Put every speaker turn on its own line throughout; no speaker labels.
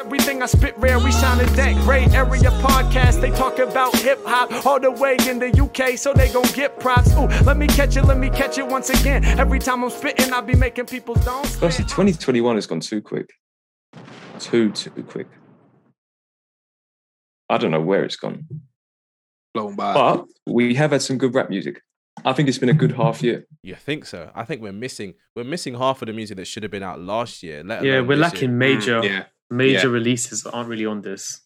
everything I spit rare. We shining that gray area podcast. They talk about hip hop all the way in the UK, so they gon' get props. Ooh, let me catch it, let me catch it once again. Every time I'm spitting, I be making people don't.
Honestly, 2021 has gone too quick. Too, too quick. I don't know where it's gone.
blown by. Hmm,
But we have had some good rap music. I think it's been a good half year.
You think so? I think we're missing we're missing half of the music that should have been out last year. Let
Yeah,
alone
we're
this
lacking
year.
major
Mm. yeah,
major
yeah.
releases that aren't really on this.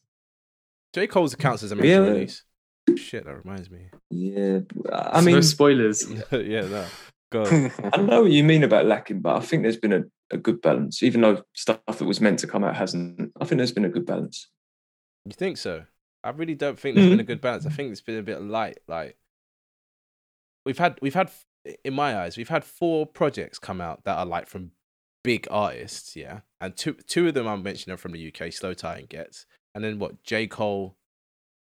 J Cole's counts as a major
Yeah.
release. Shit, that reminds me.
Yeah. I
So
mean,
no spoilers.
yeah, no. Go.
I know what you mean about lacking, but I think there's been a, a good balance, even though stuff that was meant to come out hasn't. I think there's been a good balance.
you think so? I really don't think there's been a good balance. I think it's been a bit light. Like we've had we've had in my eyes we've had four projects come out that are like from big artists, yeah, and two two of them I'm mentioning are from the UK, Slow Tie and Gets, and then what J Cole,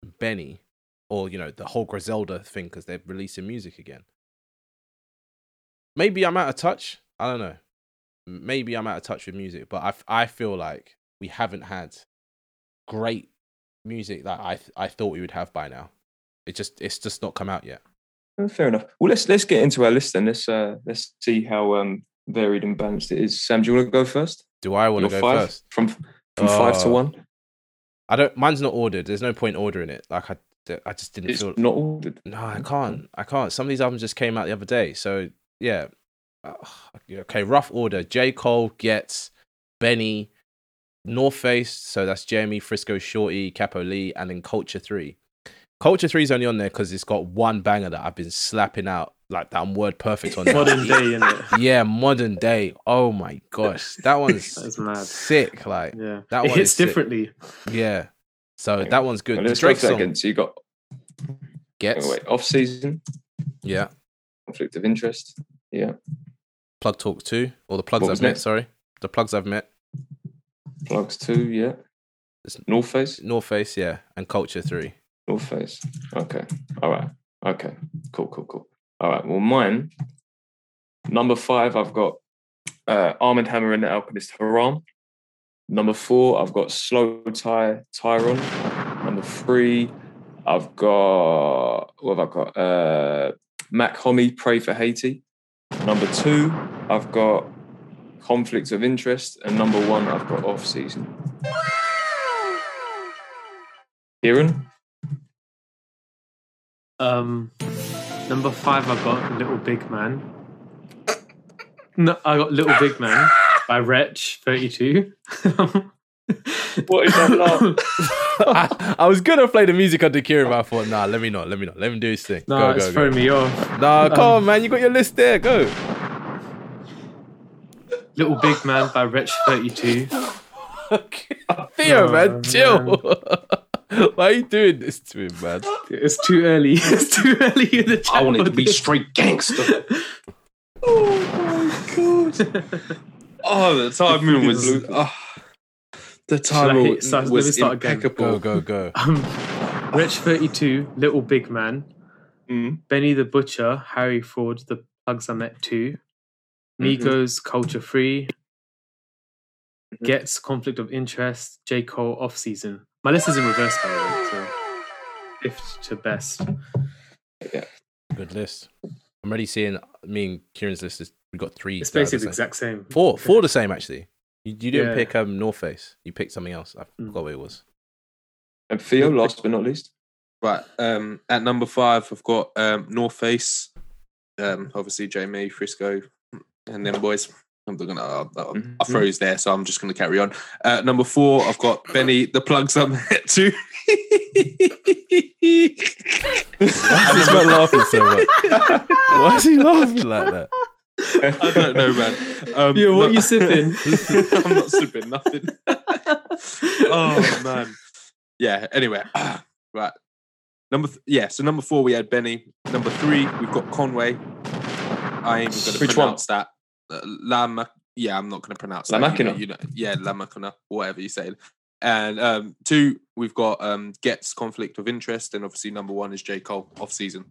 and Benny, or you know the whole Griselda thing because they're releasing music again. Maybe I'm out of touch. I don't know. Maybe I'm out of touch with music, but I f- I feel like we haven't had great music that I th- I thought we would have by now. It just it's just not come out yet.
Uh, Fair enough. Well, let's let's get into our list then. Let's uh, let's see how um, varied and balanced it is. Sam, do you want to go first?
Do I want to
Your
go
five
first?
from from five to
Oh.
one.
I don't. Mine's not ordered. There's no point ordering it. Like I, I just didn't
It's
feel.
not ordered.
No, I can't. I can't. Some of these albums just came out the other day. So yeah. Uh, Okay, rough order. J. Cole, Gets, Benny, North Face. So that's Jamie, Frisco Shorty, Capo Lee, and then Culture 3. Culture 3 is only on there because it's got one banger that I've been slapping out, like that I'm word perfect on. now.
Modern day, isn't it?
yeah, modern day. Oh my gosh. That one's
That is mad.
sick. Like,
Yeah,
That
it
one
hits
is sick.
differently.
yeah. So
Okay.
that one's good.
Well,
The
let's go
Drake
for that
song
again. So you got oh,
gets.
wait, off season,
Yeah.
conflict of interest. Yeah,
Plug Talk 2, or the plugs
What
I've
was
met,
next?
sorry. The plugs I've met.
plugs two. Yeah,
It's-
North Face.
North Face, yeah, and Culture 3.
North Face. Okay. All right. Okay. Cool. Cool. Cool. All right. Well, mine number five. I've got uh, Armand Hammer and the Alchemist Haram. Number four, I've got Slow Tie Tyron. Number three, I've got what have I got? Uh, Mac Homie Pray for Haiti. Number two, I've got Conflict of Interest, and number one, I've got Off Season. Kieran,
Um, number five, I got Little Big Man. No, I got Little Big Man by Wretch Thirty Two.
what is that laugh?
I, I was gonna play the music under Kieran, but I thought, nah, let me not, let me not, let him do his thing.
no,
go,
it's
go, go.
throwing me off.
Nah, come
um,
on, man, you got your list there. Go.
Little Big Man by Wretch Thirty Two.
Theo,
No,
man, chill. Why are you doing this to him, man?
It's too early. It's too early in the chat.
I wanted
for
to be
this.
straight gangster. oh, the timing was oh, the
Shall I
timing
hit- so- let me
was
start again.
Go,
impeccable.
go, go.
Um, Wretch Thirty Two, Little Big Man,
Mm.
Benny the Butcher, Harry Fraud, The Plugs I Met Two, Migos, Culture Free,
Mhm.
Gets Conflict of Interest, J Cole Off Season. My list is in reverse by the way, so fifth to best.
Good list. I'm already seeing me and Kieran's list is we got three.
It's
that are the
basically the
same.
exact same.
Four, four the same actually. You, you didn't
Yeah.
pick um North Face. You picked something else. I
Mm.
forgot what it was.
And Theo, last but not least.
Right. Um, at number five, I've got um, North Face, um, obviously Jamie, Frisco, and them boys. I'm not gonna. I'll, I'll, I
Mm-hmm.
Mhm.
froze there, so I'm just gonna carry on. Uh, number four, I've got Benny. The plugs I'm at too.
Why is this man laughing so much? Why is he laughing like that?
I don't know, man. Um,
Yeah, what
no-
you sipping?
I'm not sipping nothing. oh man. Yeah. Anyway, right. Number th- yeah. So number four we had Benny. Number three we've got Conway. I ain't even going to
Which one?
pronounce that. Uh, Lama. Yeah, I'm not going to pronounce
La
that. You know-
Machina.
You know, yeah, Lamakina, whatever you say. And um, two, we've got um, Gets conflict of interest, and obviously number one is J Cole off season.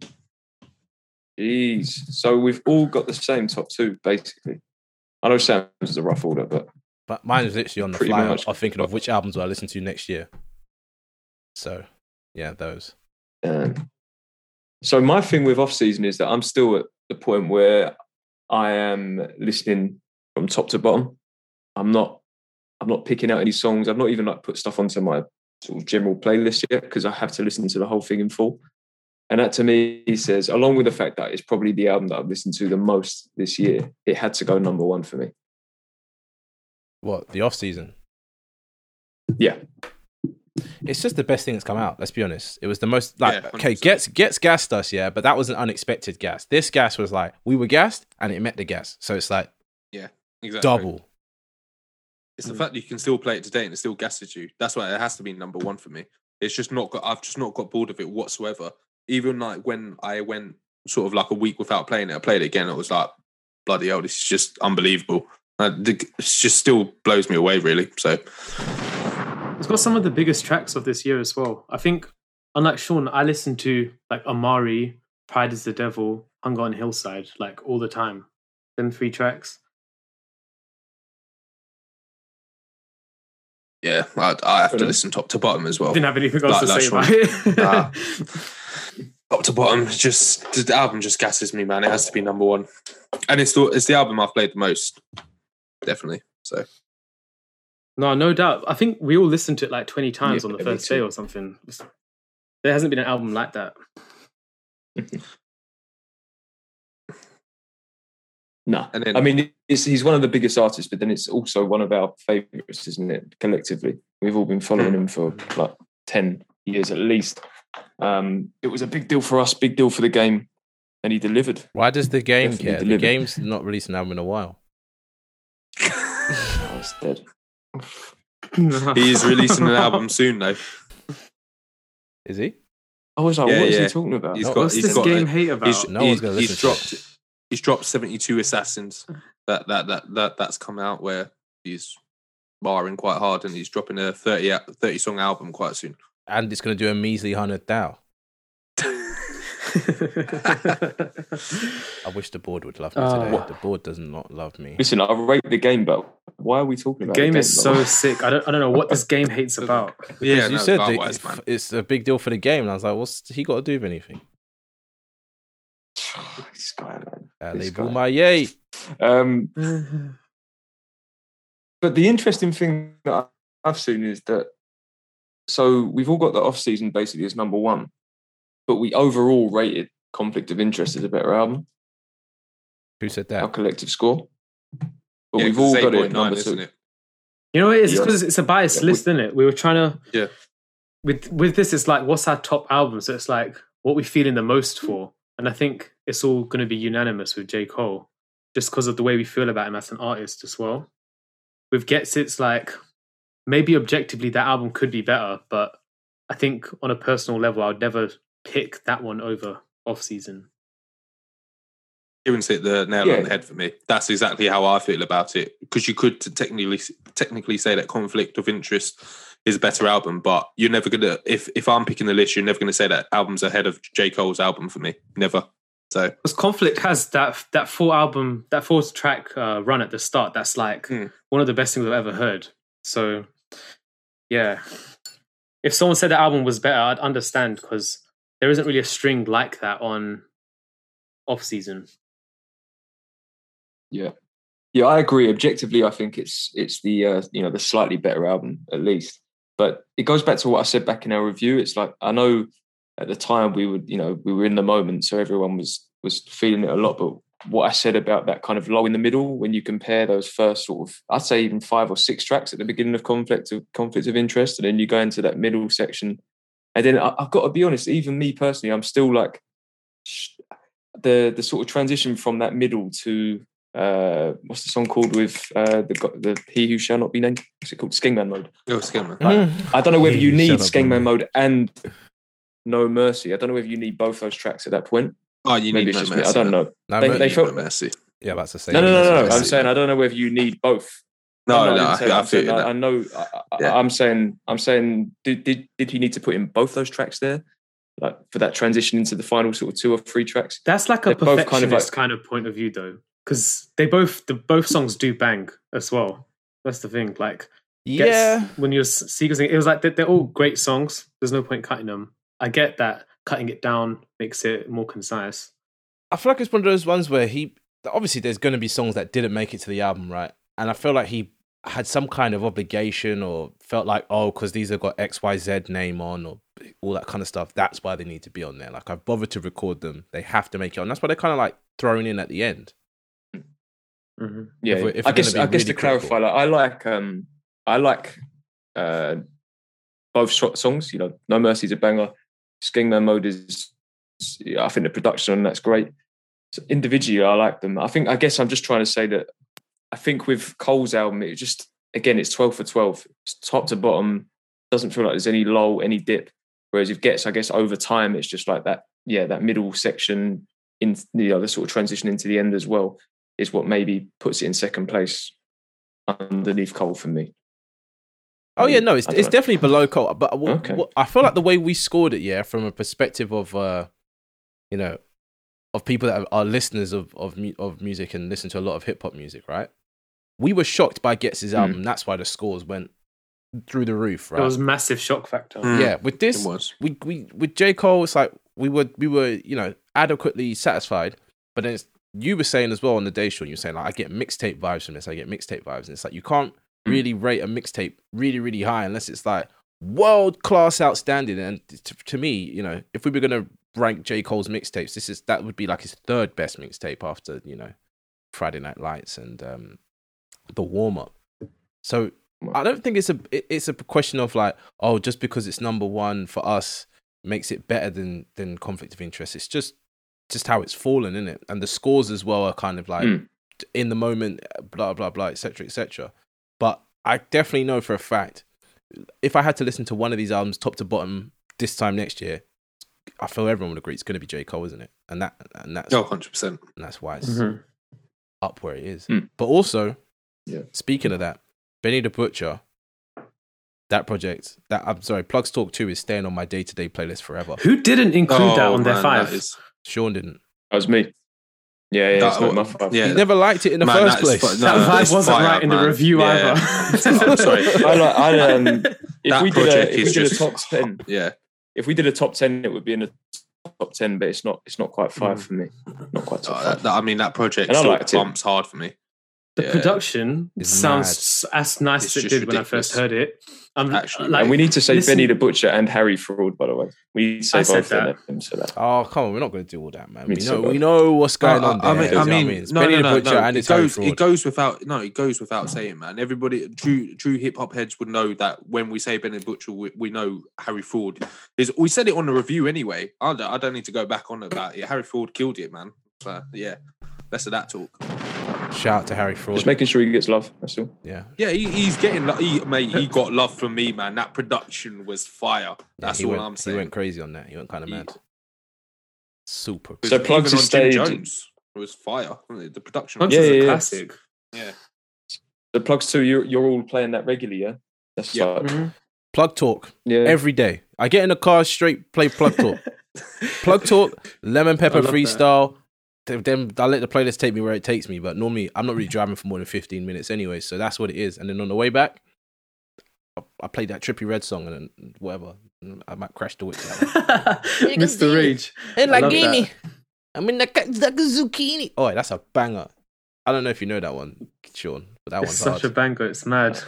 Jeez. So we've all got the same top two, basically. I know Sam's is a rough order, but
But mine was literally on the
Pretty
fly
much.
of thinking of which albums will I listen to next year. So, yeah, those.
Um, so my thing with off season is that I'm still at the point where I am listening from top to bottom. I'm not I'm not picking out any songs. I've not even like put stuff onto my sort of general playlist yet because I have to listen to the whole thing in full. And that to me says, along with the fact that it's probably the album that I've listened to the most this year, it had to go number one for me.
What the off season?
Yeah.
It's just the best thing that's come out. Let's be honest. It was the most like
Yeah,
okay,
100%.
gets gets gassed us, yeah, but that was an unexpected gas. This gas was like we were gassed and it met the gas, so it's like
Exactly.
double.
It's the
Mm.
fact that you can still play it today and it still gasses you. That's why it has to be number one for me. It's just not got. I've just not got bored of it whatsoever. Even like when I went sort of like a week without playing it, I played it again. It was like bloody hell, this is just unbelievable. Uh, the- It just still blows me away, really. So
It's got some of the biggest tracks of this year as well. I think, unlike Sean, I listen to like Amari, Pride is the Devil, Hunger on Hillside, like all the time. Them three tracks.
yeah, I, I have to
Brilliant.
listen top to bottom as well.
Didn't have anything else
Like
to
Oh, last
say about
one.
it.
Nah. top to bottom, it's just the album just gasses me, man. It has to be number one, and it's the it's the album I've played the most, definitely. So
no, no doubt. I think we all listened to it like 20 times
Yeah,
on the
me
first
too.
day or something. It's- There hasn't been an album like that.
No.
And then-
I mean, it's, he's one of the biggest artists, but then it's also one of our favourites, isn't it? Collectively, we've all been following him for like 10 years at least. Um, it was a big deal for us, big deal for the game, and he delivered.
Why does the game
Definitely
care? The
delivered.
game's not released an album in a while.
I was Oh, dead.
he is releasing an album soon, though.
Is he?
I was Oh, like,
Yeah,
what is
yeah.
he talking about?
He's
No,
got,
What's
he's
this
got
game
a-
hate about?
he's,
No
he-
one's gonna
he's
listen to
dropped he's dropped 72 assassins that that that that that's come out where he's barring quite hard and he's dropping a 30 al- 30 song album quite soon
And it's gonna do a measly hundred thou. I wish the board would love me
Oh.
today. The board does not love me.
Listen, I rate the game, but why are we talking
the
about
game is so
though?
sick. I don't, I don't know what this game hates about.
yeah
Because you
no,
said that
likewise,
if-
man.
it's a big deal for the game, and I was like, "What's he got to do with anything?"
This guy, man.
Uh,
This
they
guy.
my yay.
Um, but the interesting thing that I've seen is that so we've all got the off season basically as number one, but we overall rated Conflict of Interest as a better album,
Who said
our
that?
collective score. But
Yeah,
we've
'cause
all
it's
got it at
8.9,
number
isn't
two.
it
You know what it is?
Yeah.
It's because it's a biased
Yeah, we-
list, isn't it? We were trying to
Yeah.
With with this, it's like what's our top album? So it's like what we feeling the most for, and I think it's all going to be unanimous with J Cole, just because of the way we feel about him as an artist as well. With Gets, it's like maybe objectively that album could be better, but I think on a personal level, I would never pick that one over Off Season.
Evans hit the nail
Yeah.
on the head for me. That's exactly how I feel about it. Because you could t- technically technically say that Conflict of Interest is a better album, but you're never gonna if if I'm picking the list, you're never gonna say that album's ahead of J Cole's album for me. Never. So
Because Conflict has that that full album, that full track uh, run at the start. That's like
Hmm.
one of the best things I've ever heard. So, yeah, if someone said the album was better, I'd understand because there isn't really a string like that on off season.
Yeah, I agree. Objectively, I think it's it's the uh, you know the slightly better album at least. But it goes back to what I said back in our review. It's like I know at the time we would you know we were in the moment, so everyone was was feeling it a lot. But what I said about that kind of low in the middle, when you compare those first sort of, I'd say even five or six tracks at the beginning of conflict of conflict of interest, and then you go into that middle section, and then I, I've got to be honest, even me personally, I'm still like sh- the the sort of transition from that middle to uh, what's the song called with uh, the go- the He Who Shall Not Be Named? What's it called? Skingman Mode.
go Skimmer.
I don't know whether
He
you
Who
need
Shall Not Be
Skingman
Named.
Mode and No Mercy. I don't know whether you need both those tracks at that point.
Oh, you
Maybe
need
it's
no
just me.
mercy.
I don't know.
No,
They-
but-
they
You need
felt-
no mercy.
yeah, that's the same.
No, no, no, no.
That's
no.
the
I'm
same.
saying I don't know whether you need both.
No,
I'm
no,
not
I,
even saying
I
I'm saying-
feel that.
I, I know. I, I,
Yeah.
I'm saying. I'm saying. Did, did did he need to put in both those tracks there, like for that transition into the final sort of two or three tracks?
That's like
They're
a
both
perfectionist
kind
kind
of
of, point of view, though, because they both the both songs do bang as well. That's the thing. Like, gets-
Yeah.
when you're s- sequencing, it was like they're, they're all great songs. There's no point cutting them. I get that cutting it down makes it more concise.
I feel like it's one of those ones where he obviously there's going to be songs that didn't make it to the album, right? And I feel like he had some kind of obligation or felt like oh, because these have got X Y Z name on or all that kind of stuff. That's why they need to be on there. Like I've bothered to record them; they have to make it on. That's why they're kind of like thrown in at the end.
Mm-hmm.
Mhm.
yeah.
If we're- if
I
we're gonna
guess
be
I guess
really
to clarify, like, I like um I like uh both short songs. You know, No Mercy's a banger. Skingman Mode is. I think the production on that's great. So individually, I like them. I think. I guess I'm just trying to say that. I think with Cole's album, it just again it's twelve for twelve, it's top to bottom. Doesn't feel like there's any lull, any dip. Whereas if gets, I guess over time, it's just like that. Yeah, that middle section in you know the sort of transition into the end as well is what maybe puts it in second place underneath Cole for me.
Oh yeah, no, it's
I
it's
dunno.
definitely below Colt. But w-
Okay.
w- I feel like the way we scored it, yeah, from a perspective of uh, you know, of people that are listeners of of mu- of music and listen to a lot of hip hop music, right? We were shocked by
Hmm.
Getz's album. That's why the scores went through the roof, right?
It was massive shock factor.
Mm.
yeah, with
It
this,
was.
we we with J Cole, it's like we were we were you know adequately satisfied, but then it's, you were saying as well on the day show, you were saying like I get mixtape vibes from this, I get mixtape vibes, and it's like you can't really rate a mixtape really really high unless it's like world class outstanding. And to, to me, you know, if we were gonna rank J Cole's mixtapes, this is that would be like his third best mixtape after you know Friday Night Lights and um, the warm up. So I don't think it's a it- it's a question of like oh just because it's number one for us makes it better than than conflict of interest. It's just just how it's fallen in it, and the scores as well are kind of like
Mm.
in the moment, blah blah blah, etc. etc. But I definitely know for a fact if I had to listen to one of these albums top to bottom this time next year, I feel everyone would agree it's going to be J Cole, isn't it? And that and that's
Oh, 100%.
and that's why it's
Mm-hmm.
Mhm.
up where it is.
Hmm.
Mm.
But also,
Yeah.
speaking of that, Benny the Butcher, that project, that I'm sorry, Plugs Talk 2 is staying on my day to day playlist forever.
Who didn't include that
Oh,
on their
man,
five?
that is-
Sean didn't.
That was me. Yeah, yeah, it's
That-
not my fault.
yeah.
He never liked it in the
Man,
first
that is
place.
fu-
that
No,
vibe
it's
wasn't
fire,
right in the
man.
review
Yeah.
either.
I'm sorry.
I like. I um. If
That
we did
project
a, if we
is
did a
just-
top ten,
Yeah.
if we did a top ten, it would be in the top ten, but it's not. It's not quite five
Mm.
for me. Not quite top
Oh,
five.
that, that- I mean, that project
And I
still
liked it.
bumps hard for me.
The
Yeah.
production
It's
sounds as nice
It's
as it
just
did when I
ridiculous.
first heard it. I'm
Actually,
like,
and we need to say
listen-
Benny the Butcher and Harry Fraud, by the way. We need to say
I said
both
that.
of them. So that.
Oh come on, we're not going to do all that, man. We
It's
know,
so
we
bad.
know what's going on. There,
I mean,
you know
I
what
mean,
It's
no,
Benny
no, no,
the Butcher
no.
and
It
it's Harry
goes,
Fraud.
it goes without, no, it goes without saying, man. Everybody, true, true hip hop heads would know that when we say Benny the Butcher, we, we know Harry Ford is. We said it on the review anyway. I don't, I don't need to go back on about it. Harry Ford killed it, man. So, yeah, less of that talk.
Shout out to Harry Fraud.
Just making sure he gets love. That's all.
yeah,
Yeah, he, he's getting, lo- he, mate. He got love from me, man. That production was fire. That's
he
all
went,
I'm
He
saying.
went crazy on that. He went kind of
He-
mad. Super.
So
Even
Plugs
on
has
Jim
stayed-
Jones, it was fire. wasn't it? The production. was
Punch
Yeah,
is a
yeah, yeah.
classic.
The plugs too. You're you're all playing that regularly, yeah. That's
Yeah.
like,
Mhm.
Plug talk.
yeah.
every day. I get in the car straight, play Plug Talk. plug Talk, Lemon
I
Pepper
love that.
Freestyle. Th- Then I let the playlist take me where it takes me, but normally I'm not really driving for more than 15 minutes anyway, so that's what it is. And then on the way back, I, I played that Trippy Red song and then whatever. I might crash the witch.
Mr. Rage.
Hey,
I love Lagini.
I'm in the zucchini. Oh, that's a banger. I don't know if you know that one, Sean, but that
It's
one's
such
hard.
a banger. It's mad.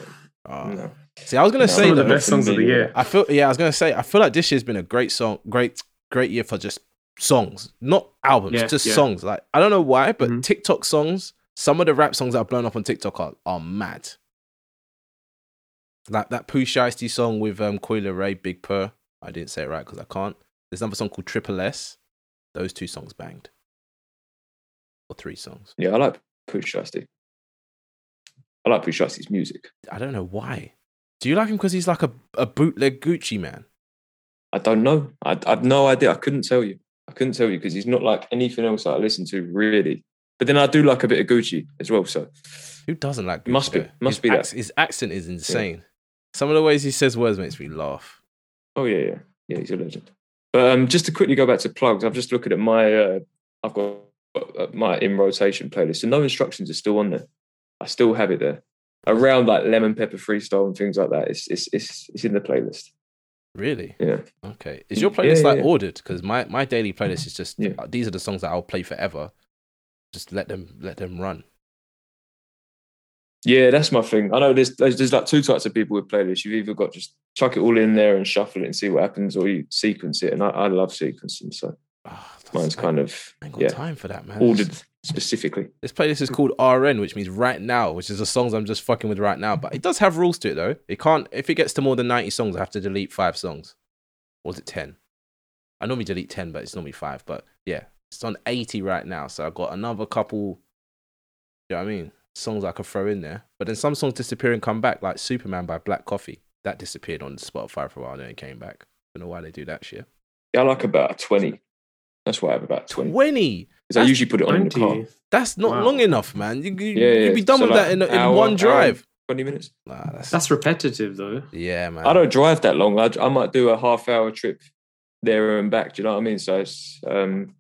Oh.
No.
See, I was gonna
No.
say
Some of the
though-
best songs of the year.
I feel yeah, I was gonna say I feel like this year's been a great song, great great year for just songs, not albums,
Yeah,
just
yeah.
songs. Like I don't know why, but
Mhm.
TikTok songs, some of the rap songs that are blown up on TikTok are, are mad. Like that Pooh Shiesty song with um Coila Ray, Big Purr. I didn't say it right because I can't. There's another song called Triple S. Those two songs banged. Or three songs.
Yeah, I like Push Shiesty. I like Push Shiesty's music.
I don't know why. Do you like him because he's like a, a bootleg Gucci man?
I don't know. I, I've no idea. I couldn't tell you. I couldn't tell you because he's not like anything else that I listen to really. But then I do like a bit of Gucci as well. So
Who doesn't like Gucci?
Must be-
though?
must
his
be that.
acc- his accent is insane. Some of the ways he says words makes me laugh.
oh yeah, yeah, yeah. He's a legend. But um, just to quickly go back to plugs, I'm just looking at my. Uh, I've got uh, my in rotation playlist, and no instructions are still on there. I still have it there. around like Lemon Pepper Freestyle and things like that. It's it's it's, it's in the playlist.
Really?
Yeah.
Okay. Is your
Yeah,
playlist
yeah,
like
yeah.
ordered? Because my, my daily playlist is just
Yeah.
uh, these are the songs that I'll play forever. Just let them let them run.
Yeah, that's my thing. I know there's, there's there's like two types of people with playlists. You've either got just chuck it all in there and shuffle it and see what happens, or you sequence it. And I, I love sequencing, so
Ah, that's-
mine's
I-
kind of
I ain't got
yeah
time for that, man.
ordered specifically.
This playlist is called RN, which means right now, which is the songs I'm just fucking with right now. But it does have rules to it though. It can't if it gets to more than 90 songs, I have to delete five songs. Or is it 10? I normally delete 10, but it's normally five. But yeah, it's on 80 right now. So I've got another couple you know what I mean? Songs I could throw in there. But then some songs disappear and come back, like Superman by Black Coffee. That disappeared on Spotify for a while, then it came back. don't know why they do that shit.
Yeah, I like about twenty. That's why I have about twenty.
20.
'Cause I
That's
usually put it on in the car.
20.
That's not
Wow.
long enough, man. You, you,
Yeah, yeah.
would be done
So
with
like
that in, in
hour, hour
one
and
drive.
Twenty minutes.
Nah, that's,
That's repetitive though.
yeah, man.
I don't drive that long. I, I might do a half hour trip there and back. Do you know what I mean? So it's um,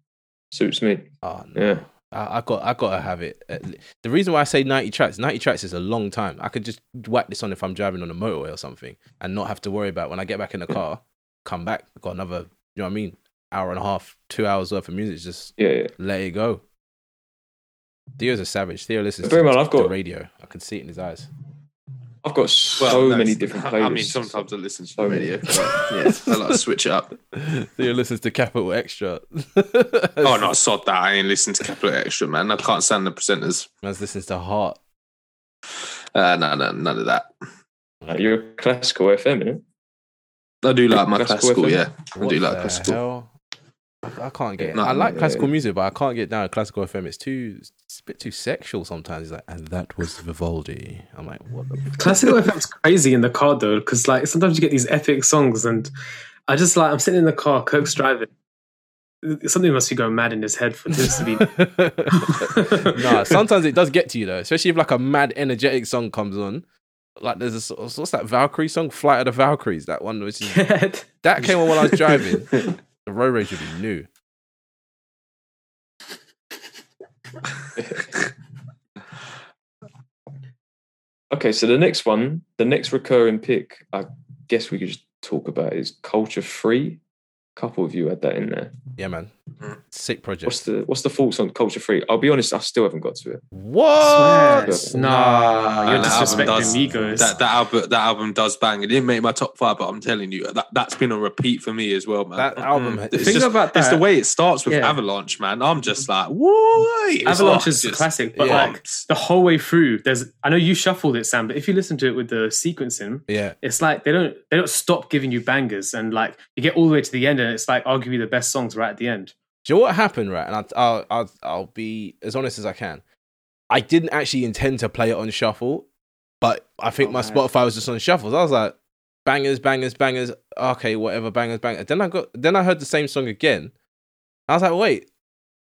suits me.
Oh, no.
Yeah.
I, I got. I gotta have it. At le- The reason why I say ninety tracks, ninety tracks is a long time. I could just whack this on if I'm driving on a motorway or something, and not have to worry about when I get back in the car, come back, got another. You know what I mean? Hour and a half, two hours worth of music. Just
Yeah, yeah.
let it go. Theo's a savage. Theo listens
Bear in
to
mind, I've
the
got-
radio. I can see it in his eyes.
I've got so many different playlists.
I mean, sometimes I listen to
So
the
many.
radio. but yeah, I like to switch it up.
Theo listens to Capital Extra.
Oh no, sod that. I ain't listening to Capital Extra, man. I can't stand the presenters.
Man's listens to Heart.
Uh, no, no, none of that.
Uh, you're a classical FM, innit?
I do like my
Classical
classical,
FM?
yeah. I
What
do
the
like classical.
hell? I I can't get. it.
No,
I like
yeah,
classical music, but I can't get down with classical FM. It's too, it's a bit too sexual sometimes. It's like, and that was Vivaldi. I'm like, what the?
Classical FM's crazy in the car though, because like sometimes you get these epic songs, and I just like I'm sitting in the car, Kirk's driving. Something must be going mad in his head for this to be.
nah, sometimes it does get to you though, especially if like a mad energetic song comes on. Like there's a sort of- what's that Valkyrie song, Flight of the Valkyries, that one which is, that came on while I was driving. The road rage would be new.
Okay, so the next one, the next recurring pick, I guess we could just talk about is Culture Free. couple of you had that in there.
Yeah, man.
Mm.
Sick project.
What's the what's the thoughts on Culture Free? I'll be honest, I still haven't got to it.
what?
Swears. Nah, you're
that album
disrespecting
does-
Migos.
That, that album, that album does bang. It didn't make my top five, but I'm telling you, that that's been on repeat for me as well, man.
That album-
Mm.
Think
it's just,
about
It's
that.
the way it starts with
Yeah.
Avalanche, man. I'm just like, why?
Avalanche is classic, but
yeah.
like the whole way through, there's. I know you shuffled it, Sam, but if you listen to it with the sequencing,
Yeah.
it's like they don't they don't stop giving you bangers, and like you get all the way to the end, and it's like arguably the best songs right at the end.
Do you know what happened, right? And I'll, I'll, I'll, I'll be as honest as I can. I didn't actually intend to play it on shuffle, but I think
Oh,
my
man.
Spotify was just on shuffles. I was like, bangers, bangers, bangers. Okay, whatever, bangers, bangers. Then I got, then I heard the same song again. I was like, wait,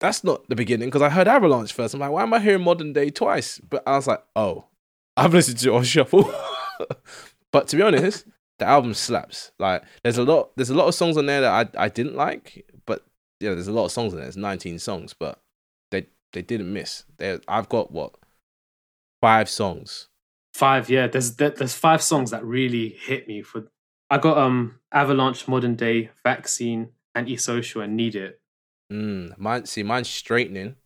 that's not the beginning because I heard Avalanche first. I'm like, why am I hearing Modern Day twice? But I was like, oh, I've listened to it on shuffle. but to be honest, the album slaps. Like, there's a lot, there's a lot of songs on there that I, I didn't like, but you know, there's a lot of songs in there. There's 19 songs, but they they didn't miss. They, I've got what five songs.
Five, yeah. There's there, there's five songs that really hit me. For I got um Avalanche, Modern Day, Vaccine, Antisocial, and Need It.
Mm, mine, see, mine's straightening,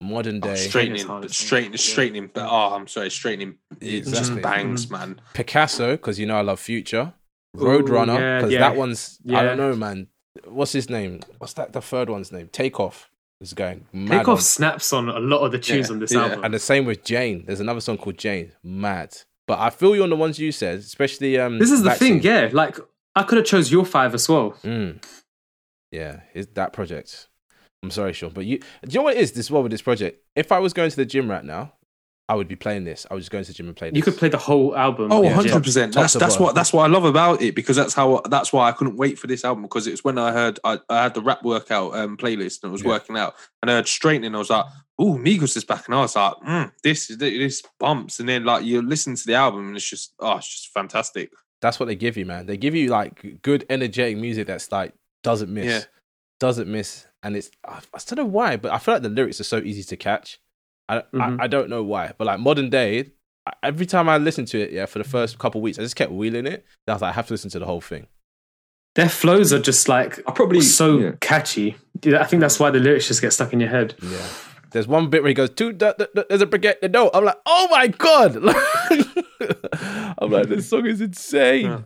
modern
Oh,
day.
straightening,
Hard.
but straightening, straightening. But oh, I'm sorry, straightening. It
Exactly.
just
mm,
bangs,
Mm-hmm.
man.
Picasso, because you know I love Future.
Ooh,
Roadrunner,
yeah,
because
yeah.
that one's I
Yeah.
don't know, man. What's his name? What's that? The third one's name? Takeoff is going mad.
Takeoff
on-
snaps on a lot of the tunes
Yeah,
on this
yeah.
album.
And the same with Jane. There's another song called Jane. Mad. But I feel you on the ones you said, especially um.
this is the
Vaccine.
thing, yeah. Like I could have chose your five as well.
Mm. Yeah, is that project. I'm sorry, Sean, but you do you know what it is? This is what with this project. If I was going to the gym right now, I would be playing this. I would just go into the gym and play this.
You could play the whole album.
Oh,
Yeah,
100
top-
percent.
top
That's
to
that's
bottom.
what that's what I love about it because that's how that's why I couldn't wait for this album because it was when I heard I, I had the rap workout um, playlist and I was
Yeah.
working out and I heard straightening. I was like, "Oh, Migos is back," and I was like, mm, "This is this bumps." And then like you listen to the album and it's just oh, it's just fantastic.
That's what they give you, man. They give you like good, energetic music that's like doesn't miss,
Yeah.
doesn't miss, and it's I, I don't know why, but I feel like the lyrics are so easy to catch. I,
Mhm.
I I don't know why, but like modern day, I- every time I listened to it, yeah, for the first couple weeks, I just kept wheeling it. Then I was like, I have to listen to the whole thing.
Their flows are just like
I probably
so
yeah.
catchy. Yeah, I think that's why the lyrics just get stuck in your head.
Yeah. There's one bit where he goes, two, da, da, da, there's a brigade, the no. I'm like, oh my God. I'm like, this song is insane.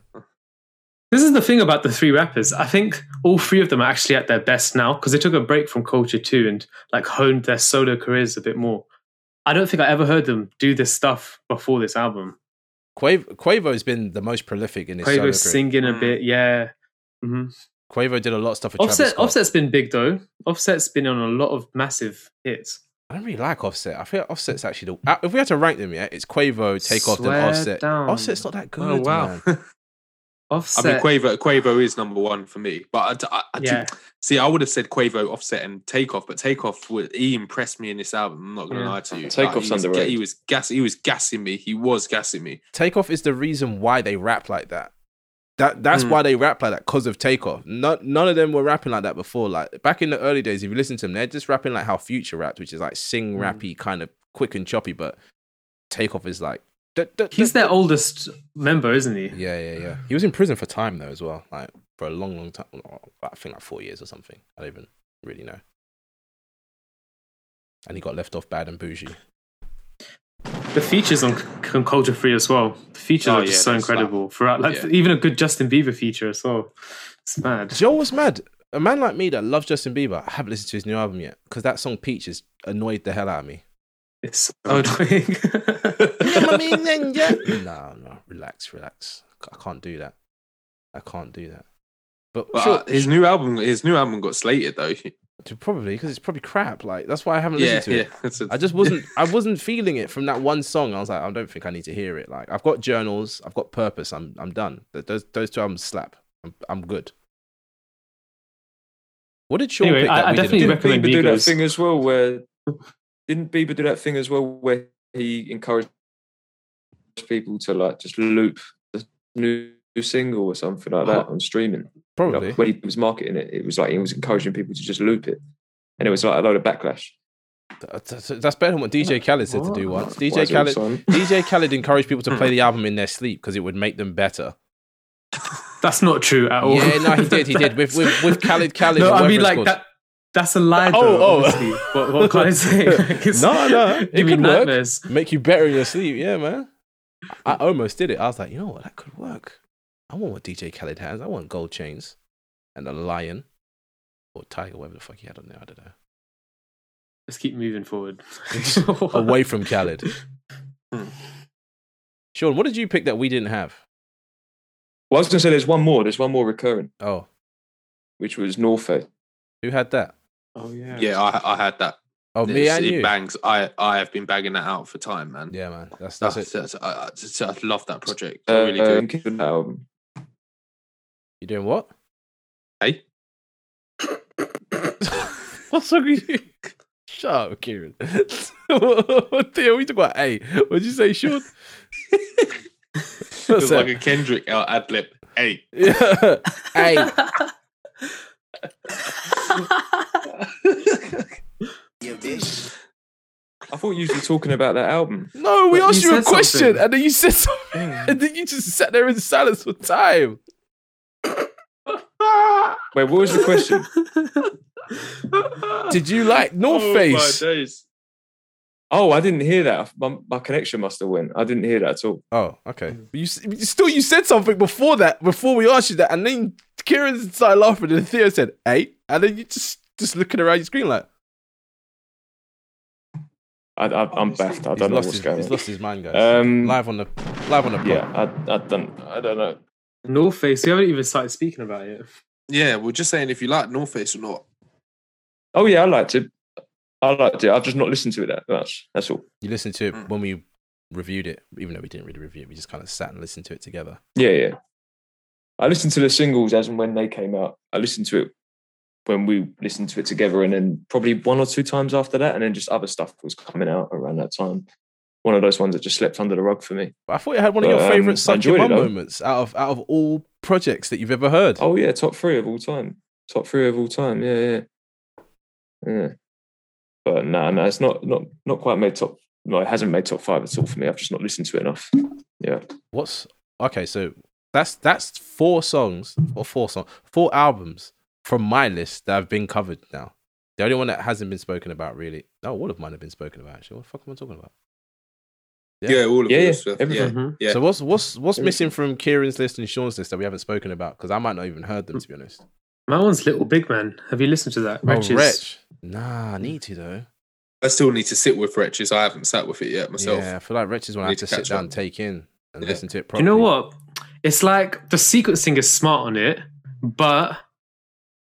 This is the thing about the three rappers. I think all three of them are actually at their best now because they took a break from culture too and like honed their solo careers a bit more. I don't think I ever heard them do this stuff before this album.
Quavo, Quavo's been the most prolific in his solo
Quavo
career.
singing a
Mm.
bit, yeah. hmm
Quavo did a lot of stuff with Travis
Offset,
Scott.
Offset's been big though. Offset's been on a lot of massive hits.
I don't really like Offset. I feel Offset's actually the. uh, If we had to rank them, yeah, it's Quavo, Take Off, then
Swear
Offset.
down.
Offset's not that good.
Oh wow!
man.
I
Offset,
mean, Quavo, Quavo is number one for me. But I, I, I do-
yeah,
see, I would have said Quavo, Offset, and Takeoff, but Takeoff would he impressed me in this album. I'm not gonna
Yeah.
lie to you.
Takeoff's
he was, ga-
underrated.
He was gas. He was gassing me. He was gassing me.
Takeoff is the reason why they rap like that. That that's
Mm.
why they rap like that because of Takeoff. No, none of them were rapping like that before. Like back in the early days, if you listen to them, they're just rapping like how Future rapped, which is like sing rappy, kind of quick and choppy. But Takeoff is like duh, duh,
he's
duh,
their
duh.
oldest member, isn't he?
Yeah, yeah, yeah. He was in prison for time though as well, like for a long, long time. Oh, I think like four years or something. I don't even really know. And he got left off bad and bougie.
The features on, on Culture Free as well. The features
Oh,
are just
yeah,
so
they slap.
incredible. Throughout, like
Yeah.
even a good Justin Bieber feature as well. It's mad.
Joe was mad. A man like me that loves Justin Bieber, I haven't listened to his new album yet because that song Peaches annoyed the hell out of me.
It's so
Oh.
annoying.
no, no, relax, relax. I can't do that. I can't do that. But,
But
sure,
uh, his new album, his new album got slated though.
probably because it's probably crap. Like that's why I haven't
Yeah,
listened to
yeah.
it.
That's a-
I just wasn't. I wasn't feeling it from that one song. I was like, I don't think I need to hear it. Like I've got journals. I've got purpose. I'm. I'm done. Th- Those those two albums slap. I'm. I'm good. What did Sean
Anyway,
pick
I-
that
I
we
definitely
didn't?
Didn't
recommend
Bieber do that
Migos.
thing as well where didn't Bieber do that thing as well where he encouraged people to like just loop the new single or something like that on streaming?
Probably.
Like, when he was marketing it, it was like he was encouraging people to just loop it, and it was like a load of backlash.
That's, that's better than what DJ Khaled said to do once.
Why
DJ
is it all
Khaled,
silent?
DJ Khaled encouraged people to play the album in their sleep because it would make them better.
That's not true at all.
Yeah, no, he did, he did. With- with- with Khaled, Khaled, or
No, I
whatever
mean
it's
like
called.
that. That's a lie.
Oh,
Though,
oh.
obviously. What, what can I say? Like, it's-
No, no, it
give me
could work.
nightmares.
Make you better in your sleep. Yeah, man. I I almost did it. I was like, you know what? That could work. I want what DJ Khaled has. I want gold chains and a lion or tiger, whatever the fuck he had on there. I don't know.
Let's keep moving forward.
Away from Khaled. Sean, what did you pick that we didn't have?
Well, I was going to say there's one more. There's one more recurring,
Oh,
which was North Face.
who had that?
Oh
yeah, I, I had that.
Oh, me
It's-
and
it
you.
bangs. I I have been bagging that out for time, man.
Yeah, man. That's
That's,
that's it.
that's- I, I, just- I love that project. I
Uh,
really do.
Kid album.
You doing what?
Hey?
What's wrong with you? Shut up, Kieran. what the hell? We talk about hey. What'd you say, Sean?
it was like a Kendrick uh, ad lib. Hey,
yeah. Hey.
I thought you were talking about that album.
No, we
But
asked
you
you, a
said
question
something.
and then you said something and then you just sat there in silence for time.
Wait, what was the question?
Did you like North
Oh,
Face?
oh, I didn't hear that. My, my connection must have went. I didn't hear that at all.
Oh, okay. But You s- still you said something before that, before we asked you that, and then Kieran started laughing and Theo said, "Hey," and then you just just looking around your screen like
I,
Oh,
I, I'm baffed. I
he's
don't know
lost
what's
his
going
he's
on.
lost his mind, guys.
Um,
live on the live on the pod.
yeah, I, I don't. I don't know.
North Face. We haven't even started speaking about it. yet.
Yeah, we're just saying if you like North Face or not.
Oh yeah, I liked it. I liked it. I've just not listened to it that much. That's all.
You listened to it
Mm.
when we reviewed it, even though we didn't really review it. We just kind of sat and listened to it together.
Yeah, yeah. I listened to the singles as and when they came out. I listened to it when we listened to it together, and then probably one or two times after that, and then just other stuff was coming out around that time. One of those ones that just slept under the rug for me.
But I thought it had one of your
But, um,
favorite
I
Suck Your
enjoyed
Mum
it, though.
moments out of out of all projects that you've ever heard.
Oh yeah, top three of all time. Top three of all time. Yeah, yeah, yeah. But no, nah, no, it's not not not quite made top No, it hasn't made top five at all for me. I've just not listened to it enough. Yeah.
What's okay? So that's that's four songs or four songs, four albums from my list that have been covered now. The only one that hasn't been spoken about really. No, all of mine have been spoken about actually. What the fuck am I talking about?
Yeah, all of
Yeah, yeah,
yeah, stuff. Yeah.
Mm-hmm.
everything.
Yeah.
So what's what's what's
Everything.
missing from Kieran's list and Sean's list that we haven't spoken about? Because I might not even heard them to be honest.
My one's Little Big Man. Have you listened to that? Wretches.
Oh, Wretch. Nah, I need to though.
I still need to sit with Wretches. I haven't sat with it yet myself.
Yeah, I feel like Wretch is one I
Need
have to
to
sit
catch
down,
up.
and take in, and
Yeah.
listen to it
You
properly.
know what? It's like the sequencing is smart on it, but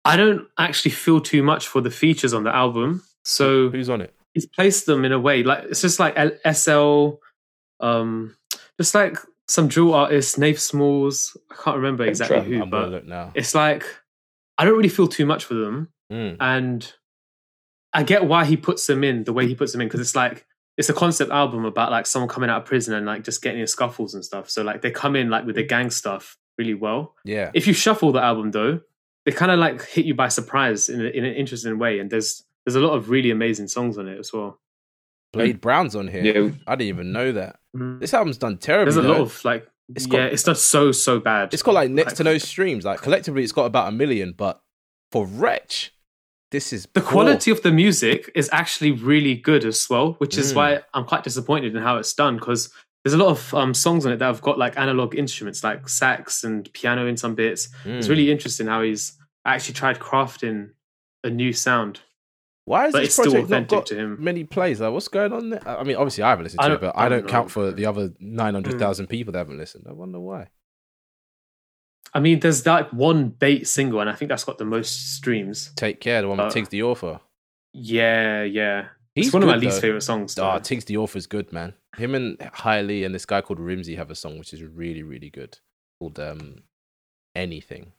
I don't actually feel too much for the features on the album. So
Who's on it?
he's placed them in a way like it's just like L- SL, um, just like some drill artist, Nave Smalls. I can't remember exactly
Trap.
who, Uh,
I'm gonna
but
look now.
it's like I don't really feel too much for them.
Mm.
and I get why he puts them in the way he puts them in because it's like it's a concept album about like someone coming out of prison and like just getting in scuffles and stuff. So like they come in like with the gang stuff really well.
Yeah,
If you shuffle the album though, they kind of like hit you by surprise in, a, in an interesting way. And there's there's a lot of really amazing songs on it as well.
Blade Brown's on here.
Yeah.
I didn't even know that.
There's
This album's done terribly.
a lot
though.
of like
Mm. It's got-
yeah, it's not so so bad.
It's got like next to no streams. Like collectively, it's got about a million. But for Wretch, this is
the
poor.
quality of the music is actually really good as well, which is
Mm.
why I'm quite disappointed in how it's done because there's a lot of um, songs on it that have got like analog instruments like sax and piano in some bits.
Mm.
It's really interesting how he's actually tried crafting a new sound.
Why is
but
this
it's still
project not
authentic
got
to him.
many plays? Like, what's going on there? I I mean, obviously, I haven't listened
I
to it,
don't-
but
I
I
don't
don't count
know. Hmm.
for the other nine hundred thousand people that haven't listened. I wonder why.
I mean, there's that one bait single, and I think that's got the most streams.
Take care. The one with
Uh,
Tiggs the author.
Yeah, yeah.
He's
it's one of
good,
my least
though.
favorite songs.
Ah,
though.
Tiggs the author's good, man. Him and Hailey and this guy called Rimsey have a song which is really, really good called um, Anything.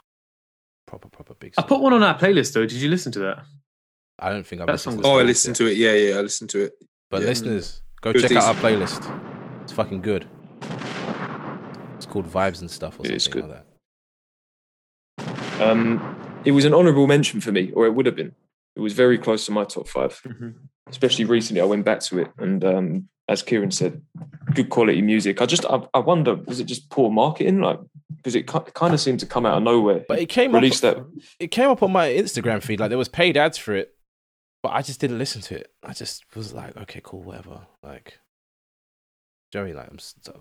Proper, proper big
I
song.
put one on our playlist though. Did you listen to that?
I don't think I've
that
listened
song
to
was-
Oh, I
this
listened
yet.
to it. Yeah, yeah, I listened to it.
But
yeah.
listeners, go
It was
check out our playlist. It's fucking good. It's called Vibes and Stuff or
It is
something
good.
like that.
Um, it was an honourable mention for me, or it would have been. It was very close to my top five,
Mm-hmm.
especially recently. I went back to it, and um, as Kieran said, good quality music. I just, I, I wonder, was it just poor marketing? Like, because it kind of seemed to come out of nowhere.
But it came up,
Release that.
it came up on my Instagram feed. Like there was paid ads for it, but I just didn't listen to it. I just was like, okay, cool, whatever. Like, Joey, like, I'm. St-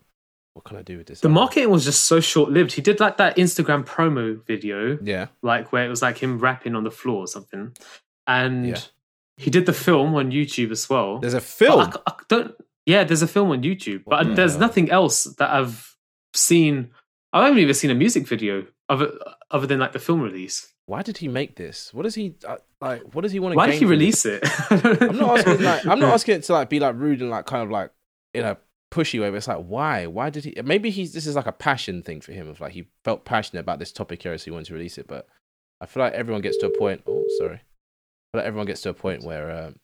what can I do with this?
The
album?
marketing was just so short lived. He did like that Instagram promo video.
Yeah.
like where it was like him rapping on the floor or something. And
Yeah.
he did the film on YouTube as well.
There's a
But
film.
I c- I c- don't. Yeah, there's a film on YouTube, but
Mm.
there's nothing else that I've seen. I haven't even seen a music video other other than like the film release.
why did he make this? What does he uh, like? What does he want to?
Why did he release it?
I'm not asking. Like, I'm not asking it to like be like rude and like kind of like in a pushy way. But it's like, why? Why did he? Maybe he's this is like a passion thing for him. Of like he felt passionate about this topic area, so he wanted to release it. But I feel like everyone gets to a point. Oh, sorry. I feel like everyone gets to a point where um,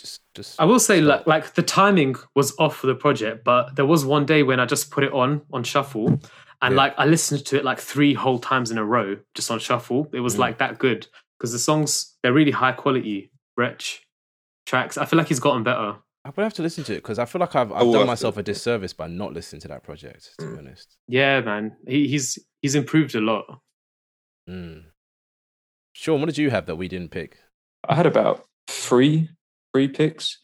just just
I will say, like, like the timing was off for the project, but there was one day when I just put it on on shuffle, and
Yeah.
like I listened to it like three whole times in a row, just on shuffle. It was
Mm.
like that good because the songs they're really high quality, wretch tracks. I feel like he's gotten better.
I would have to listen to it because I feel like I've
I
I've
will
done
have to. Mm.
myself a disservice by not listening to that project. To be honest.
Yeah, man, he, he's he's improved a lot.
Mm. Sean, what did you have that we didn't pick?
I had about three, three picks.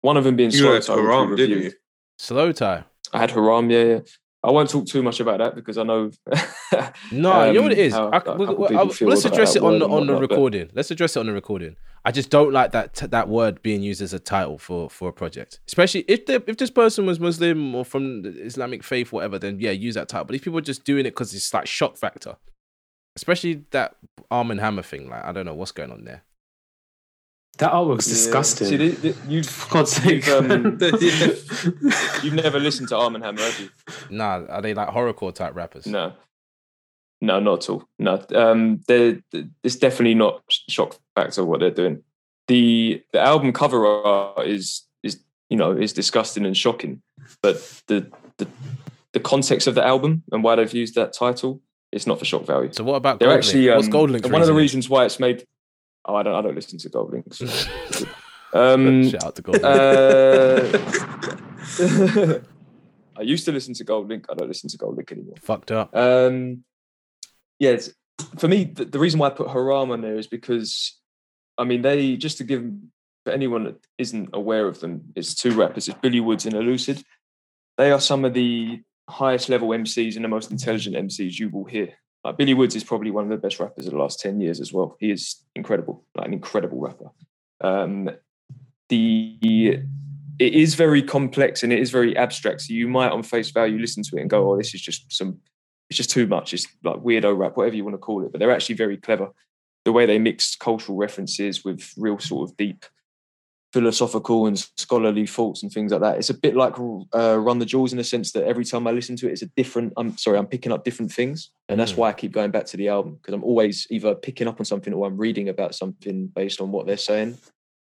One of them being
You
Slow
had
Tie, which we
Haram, didn't
reviewed.
Slow tie.
I had Haram. Yeah, yeah. I won't talk too much about that because I know.
No, you know what it is.
Um,
I,
how-
we-
how
we-
people
I-
feel
let's
about
address
that
it on
word and
the on the
whatnot, but-
recording. Let's address it on the recording. I just don't like that t- that word being used as a title for for a project, especially if the, if this person was Muslim or from the Islamic faith, whatever. Then yeah, use that title. But these people are just doing it because it's like shock factor, especially that arm and hammer thing. Like I don't know what's going on there.
That artwork's
Yeah.
disgusting.
See, th- th- you,
For God's sake,
um,
yeah.
you've never listened to Arm and Hammer, have you?
Nah, are they like horrorcore type rappers?
No, no, not at all. No, um, they're, it's definitely not sh- shock factor what they're doing. the The album cover art is is you know is disgusting and shocking, but the the the context of the album and why they've used that title, it's not for shock value.
So what about
They're
Gold Link?
actually um,
what's Gold Link's
One of the
reason?
reasons why it's made. Oh, I don't. I don't listen to Gold Links. Um,
Shout out to Gold.
uh, I used to listen to Gold Link. I don't listen to Gold Link anymore.
Fucked up.
Um, yeah, it's, for me, the, the reason why I put Haram on there is because, I mean, they just to give for anyone that isn't aware of them, it's two rappers: it's Billy Woods and Elucid. They are some of the highest level MCs and the most intelligent MCs you will hear. Like Billy Woods is probably one of the best rappers of the last ten years as well. He is incredible, like an incredible rapper. Um, the it is very complex and it is very abstract. So you might, on face value, listen to it and go, "Oh, this is just some it's just too much. It's like weirdo rap, whatever you want to call it. But they're actually very clever. The way they mix cultural references with real sort of deep philosophical and scholarly thoughts and things like that. It's a bit like uh, Run the Jewels in the sense that every time I listen to it, it's a different. I'm sorry, I'm picking up different things, and that's
Mm.
why I keep going back to the album because I'm always either picking up on something or I'm reading about something based on what they're saying.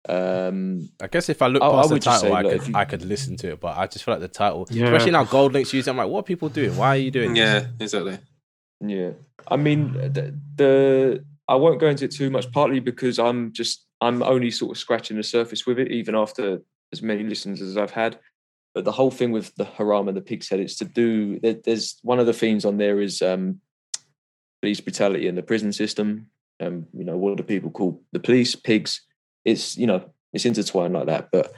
Um,
I guess if I look
I- I
past the
would just
title,
say,
I
look,
could
if you-
I could listen to it, but I just feel like the title,
Yeah.
especially now Gold Link's used. I'm like, what are people doing? Why are you doing? this?
Yeah, exactly.
Yeah, I mean the, the I won't go into it too much, partly because I'm just I'm only sort of scratching the surface with it, even after as many listens as I've had. But the whole thing with the haram and the pig's head, it's to do. There, there's one of the themes on there is um, police brutality and the prison system. Um, you know, what do people call the police? Pigs. It's you know it's intertwined like that. But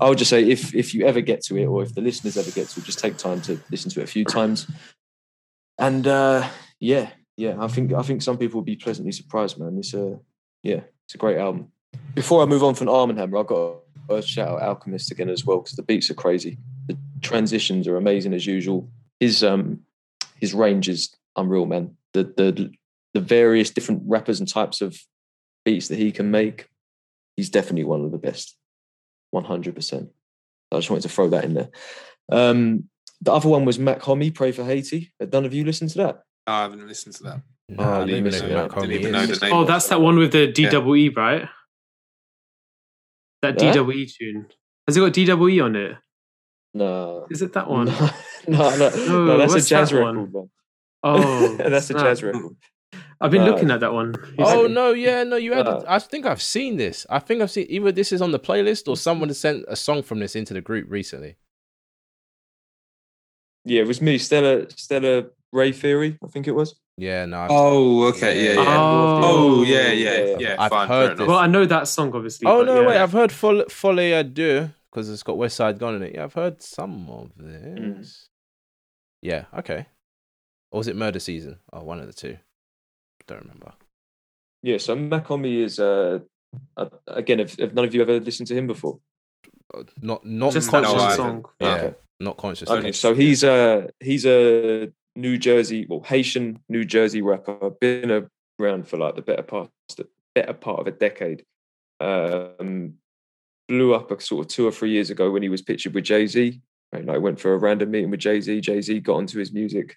I would just say if if you ever get to it, or if the listeners ever get to it, just take time to listen to it a few times. And uh, yeah, yeah, I think I think some people will be pleasantly surprised, man. It's a yeah, it's a great album. Before I move on from Arm and Hammer, I've got to shout out Alchemist again as well because the beats are crazy. The transitions are amazing as usual. His um his range is unreal, man. The the the various different rappers and types of beats that he can make, he's definitely one of the best. One hundred percent. I just wanted to throw that in there. Um, the other one was Mac Hommy, Pray for Haiti. Had none of you listened to that?
Oh, I haven't listened to that.
Nah, I
Oh,
don't
leave
even
it
know
at
who
that.
Matt
Didn't
Comey
even
is.
know the name.
Oh,
of
that's
it.
that one with the D double E, right? That D
Yeah.
double E tune. Has it got D double E on it?
No.
Is it that one?
No, no, no,
No,
no, that's a
what's
jazz
that
record. man.
Oh,
that's a
snap.
jazz record.
I've been
Uh,
looking at that one.
Oh
recently.
no, yeah, no, you had.
Uh,
I think I've seen this. I think I've seen either this is on the playlist or someone has sent a song from this into the group recently.
Yeah, it was me, Stella, Stella Ray Theory, I think it was.
Yeah, no, I've,
Oh, okay, yeah, yeah.
Oh.
Oh, yeah, yeah, yeah.
I've
fine,
heard
fair enough.
Well, I know that song obviously.
Oh
but
no,
yeah.
wait! I've heard Fol- Folie à Deux because it's got West Side Gone in it. Yeah, I've heard some of this. Yeah, okay. Or was it Murder Season? Oh, one of the two. Don't remember.
Yeah, so Macomi is, uh, uh, again, have, have none of you ever listened to him before?
Uh, Not not
just that
conscious.
no,
one
I-
song.
yeah,
Okay.
not conscious.
Okay, so he's a he's a New Jersey, well, Haitian New Jersey rapper. Been around for like the better part better part of a decade. Um, blew up a sort of two or three years ago when he was pictured with Jay Z. Right, like went for a random meeting with Jay Z. Jay Z got onto his music.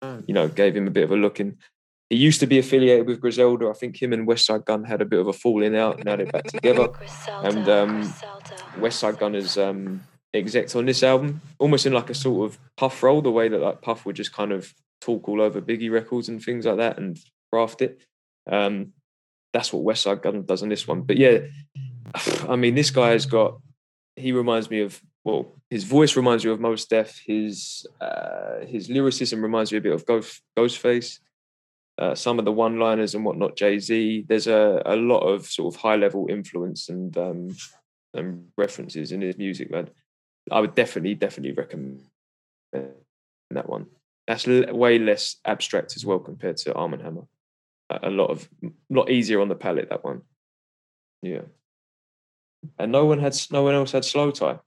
You know, gave him a bit of a look in. He used to be affiliated with Griselda. I think him and Westside Gun had a bit of a falling out. Now they're back together.
and um,
West Side Gun is um, exec on this album, almost in like a sort of Puff role, the way that like Puff would just kind of talk all over Biggie records and things like that and craft it. Um, that's what West Side Gun does on this one. But yeah, I mean, this guy has got. He reminds me of well, his voice reminds me of Mos Def. His uh, his lyricism reminds me a bit of Ghost Ghostface. Uh, some of the one-liners and whatnot, Jay Z. There's a, a lot of sort of high-level influence and um, and references in his music, man. I would definitely, definitely recommend that one. That's l- way less abstract as well compared to Arm and Hammer. A, a lot of, lot easier on the palate. That one, yeah. And no one had, no one else had slow tie.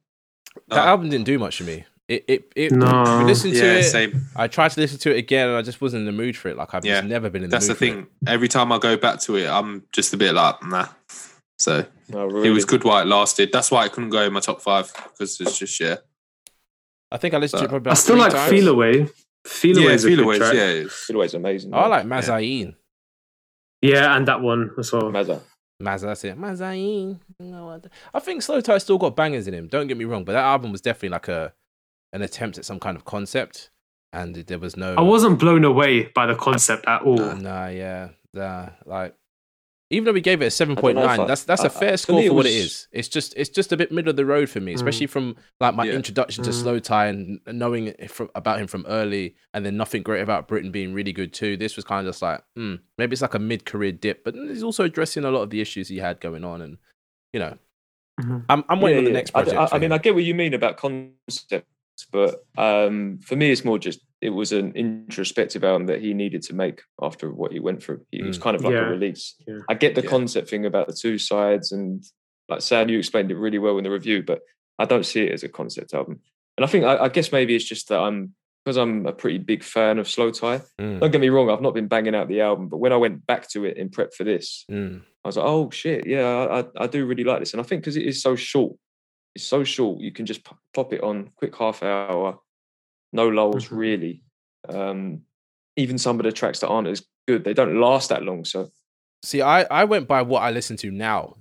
that album didn't do much for me. It it it.
No.
we listened to
yeah,
it.
same.
I tried to listen to it again, and I just wasn't in the mood for it. Like I've
Yeah,
just never been in the
That's the
mood.
thing. Every time I go back to it, I'm just a bit like, nah. So
No,
it
really.
was good while it lasted. That's why I couldn't go in my top five because it's just yeah.
I think I listened to it
But-
probably. About
I still
three
like
times.
Feel Away. Feel Away
yeah,
is a
Feel
good
Aways,
track.
yeah.
Yeah.
it's-
It's always amazing.
Oh, I like
Yeah.
Mazayin.
and that one as well.
Mazza.
Maz, that's it. Mazayin. I think Slow Tie still got bangers in him. Don't get me wrong, but that album was definitely like a an attempt at some kind of concept, and there was no.
I wasn't blown away by the concept at all.
Nah, yeah, nah, like Even though we gave it a seven point
I-
nine, that's that's a
I-
fair
for
score
me,
for
it
what
was-
it
Mm.
is. It's just it's just a bit middle of the road for me, especially from like my
Yeah.
introduction to Slow Tie and knowing it from, about him from early, and then nothing great about Britain being really good too. This was kind of just like hmm, maybe it's like a mid career dip, but he's also addressing a lot of the issues he had going on, and you know,
Mhm.
I'm I'm waiting
Yeah,
on the
yeah.
next
I-
project.
I, I
for
mean,
him.
I get what you mean about concepts, but um, for me, it's more just it was an introspective album that he needed to make after what he went through. It was
Mm.
kind of like
Yeah.
a release.
Yeah.
I get the
Yeah.
concept thing about the two sides, and like Sam, you explained it really well in the review, but I don't see it as a concept album. And I think I, I guess maybe it's just that I'm because I'm a pretty big fan of Slow Tie.
Mm,
Don't get me wrong, I've not been banging out the album, but when I went back to it in prep for this,
mm,
I was like, oh shit, yeah, I, I- I do really like this. And I think because it is so short, it's so short, you can just p- pop it on quick half hour, no lulls
Mhm.
really. Um, even some of the tracks that aren't as good, they don't last that long. So
See, I, I went by what I listen to now.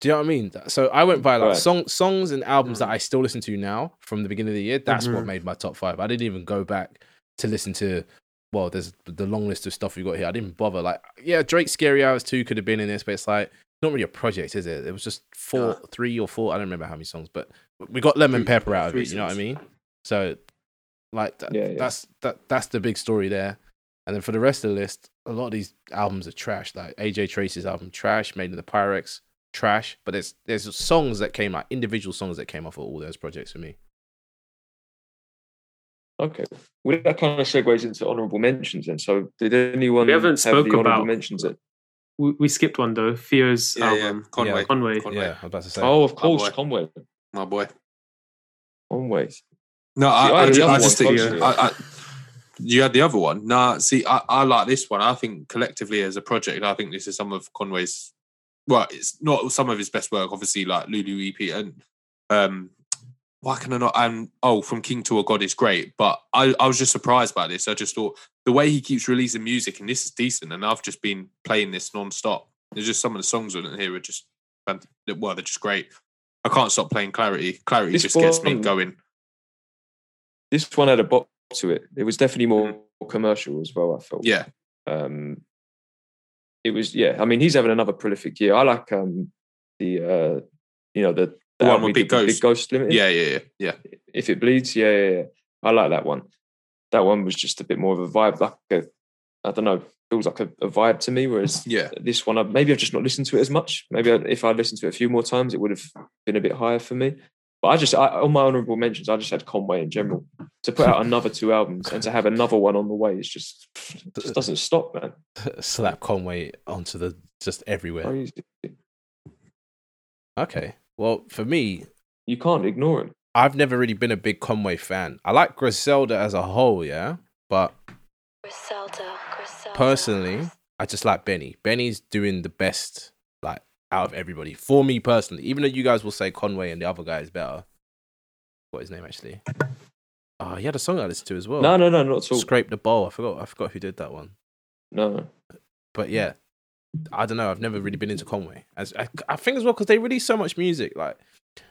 Do you know what I mean? So I went by like
Right.
song, songs and albums that I still listen to now from the beginning of the year. That's what
Mhm.
made my top five. I didn't even go back to listen to. Well, there's the long list of stuff we got here. I didn't bother. Like, yeah, Drake's Scary Hours two could have been in this, but it's like not really a project, is it? It was just four, three or four. I don't remember how many songs, but we got Lemon
Three-
Pepper out of
three
it. You know what I
songs.
mean? So, like, that,
Yeah, yeah.
that's that that's the big story there. And then for the rest of the list, a lot of these albums are trash. Like AJ Trace's album, trash. Made in the Pyrex, trash. But there's there's songs that came out, individual songs that came off of all those projects for me.
okay, well that kind of segues into honourable mentions. Then, so did anyone
We haven't
have
spoke
the honourable
about-
mentions? At-
We, we skipped one though. Theo's
Yeah, yeah,
album.
Conway.
Conway.
Conway.
Yeah, I was about to say.
oh, of course,
boy.
Conway.
my boy.
Conway.
No,
I
I, I,
had the
I,
other
just
one,
think
Conway.
I, I, you had the other one. Nah, see, I, I like this one. I think collectively as a project, I think this is some of Conway's. Well, it's not some of his best work, obviously, like Lulu EP and um, why can I not? And oh, from King to a God is great, but I, I was just surprised by this. I just thought the way he keeps releasing music, and this is decent. And I've just been playing this non-stop. There's just some of the songs on here are just fant- well, they're just great. I can't stop playing Clarity. Clarity
This
just gets me
one-
going.
This one had a bop to it. It was definitely
Mm-hmm.
more commercial as well. I felt.
Yeah.
um it was yeah i mean he's having another prolific year i like um the uh you know the,
The one
album
with
he
Big
did
Ghost.
limited
Yeah, yeah, yeah,
if it bleeds yeah, yeah yeah i like that one that one was just a bit more of a vibe like a i don't know feels like a, a vibe to me whereas
yeah, yeah.
this one I, maybe i've just not listened to it as much maybe I, if i listened to it a few more times it would have been a bit higher for me but i just I, on my honorable mentions i just had conway in general to put out another two albums and to have another one on the way it's just it just doesn't stop man
Slap Conway onto the just everywhere.
Crazy.
Okay. Well, for me,
you can't ignore him.
I've never really been a big Conway fan. I like Griselda as a whole, yeah, but
Griselda, Griselda.
personally, I just like Benny. Benny's doing the best, like out of everybody. For me personally, even though you guys will say Conway and the other guy is better. What his name actually? Oh, he had a song I listened to as well.
No, no, no, not at all.
Scrape the bowl. I forgot. I forgot who did that one.
No, no.
But yeah, I don't know. I've never really been into Conway. As I, I think as well because they release so much music. Like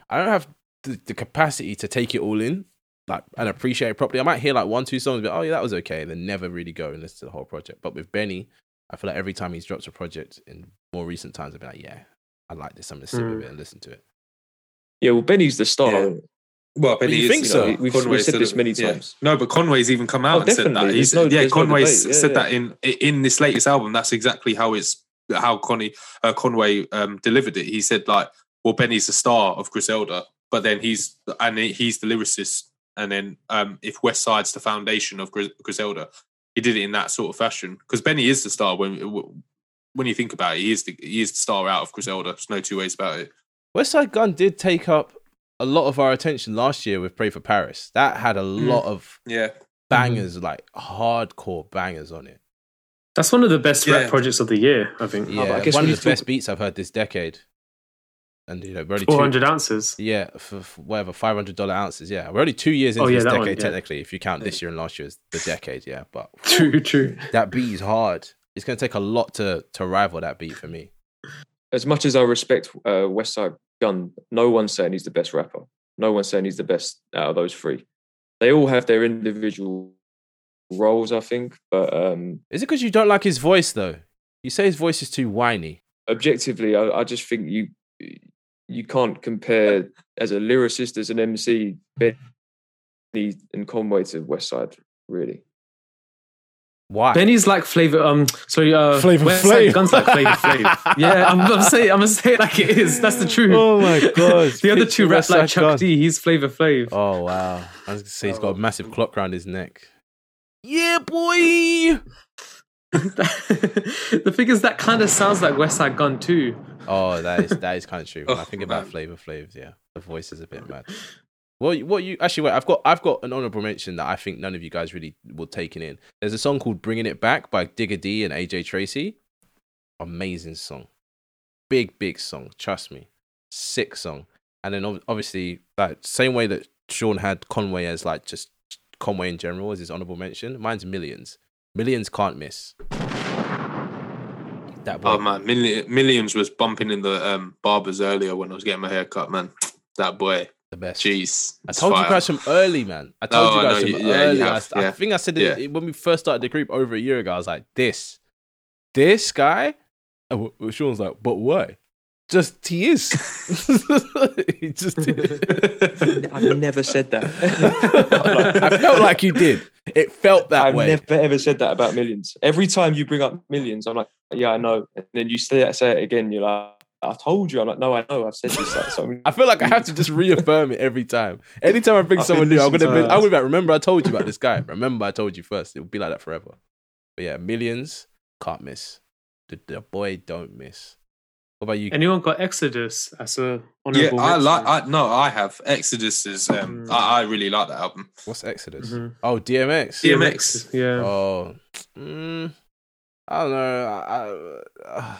I don't have the, the capacity to take it all in, like and appreciate it properly. I might hear like one two songs, but oh yeah, that was okay, and then never really go and listen to the whole project. But with Benny, I feel like every time he's dropped a project in more recent times, I've been like, yeah, I like this. I'm gonna sit with
Mm.
it and listen to it.
Yeah, well, Benny's the star.
Yeah.
isn't he?
Well,
But you
he is,
think so?
know,
We've- we've
Conway's
said
said
this
it-
many
yeah.
times.
No, but Conway's even come out
Oh,
and said that.
definitely.
He's,
There's no-
yeah,
there's no
Conway's
debate. Yeah,
said
yeah.
that in in this latest album. That's exactly how it's how Connie uh, Conway um, delivered it. He said like, "Well, Benny's the star of Griselda, but then he's and he's the lyricist, and then um, if West Side's the foundation of Gris- Griselda, he did it in that sort of fashion because Benny is the star when." When you think about it, he is the he is the star out of Griselda. There's no two ways about it.
Westside Gun did take up a lot of our attention last year with Pray for Paris. That had a lot of
Yeah,
bangers, like hardcore bangers on it.
That's one of the best
Yeah.
rap projects of the year, I think.
Yeah,
Oh, but I guess
one
when
of the
you talk-
best beats I've heard this decade. And you know, we're only
Four
two,
hundred ounces.
yeah, for, for whatever five hundred dollar ounces. Yeah, we're only two years
Oh,
into
yeah,
this
that
decade
one, yeah.
technically. If you count this year and last year as the decade, yeah. But
True, true.
that beat is hard. It's gonna take a lot to to rival that beat for me.
As much as I respect uh, West Side Gun, no one's saying he's the best rapper. No one's saying he's the best out of those three. They all have their individual roles, I think. But um,
Is it because you don't like his voice though? You say his voice is too whiny.
objectively, I, I just think you you can't compare as a lyricist as an MC Benny and Conway to Westside really.
Why?
Benny's like flavor. Um, sorry, uh,
Flavor
West
Flav.
Side Guns like flavor Flav. Yeah, I'm, I'm saying, I'm gonna say it like it is. That's the truth.
Oh my God,
the other
picture
two rap
West
like
Side
Chuck
Guns.
D. He's flavor Flav.
Oh wow! I was gonna say
Oh.
he's got a massive clock round his neck. Yeah, boy.
the thing is, that kind of sounds like West Side Gun too.
Oh, that is that is kind of true. When I
Oh,
think about
man.
Flavor Flav, yeah, the voice is a bit mad. Well, you- what you actually wait? I've got I've got an honorable mention that I think none of you guys really will take it in. There's a song called "Bringing It Back" by Digger D and AJ Tracy. Amazing song, big big song. Trust me, sick song. And then ob- obviously that same way that Sean had Conway as like just Conway in general as his honorable mention. Mine's Millions. Millions can't miss. That boy
Oh man, Milli- Millions was bumping in the um, barbers earlier when I was getting my hair cut, man. That boy,
the best.
jeez.
I
it's
told you
fire.
guys from early, man. I told
No,
you
I
guys
know,
from
you- yeah, you
early. I-
have,
I,
yeah.
think I said it
Yeah.
when we first started the group over a year ago. I was like, this, this guy. And w- w- Sean's like, but why? Just he is. he just. Is.
I've never said that.
I felt like you did. It felt that
I've
way.
never ever said that about millions. Every time you bring up millions, I'm like, yeah, I know. And then you say that, say it again, you're like, I told you. I'm like, no, I know. I've said this. Like, so many
I feel like I have to just reaffirm it every time. Anytime I bring
I've
someone
been
new, I'm gonna
listening
be,
to
I'm gonna be like, remember I told you about this guy. Remember I told you first. It'll be like that forever. But yeah, millions can't miss. The, the boy don't miss. What about you?
Anyone got Exodus as a
Yeah,
honorable?
I like.
mention?
I no, I have Exodus is. Um,
Mm.
I, I really like that album.
What's Exodus?
Mhm.
Oh, DMX.
Yeah. DMX.
DMX. Yeah.
Oh, mm, I don't know. I, I, uh,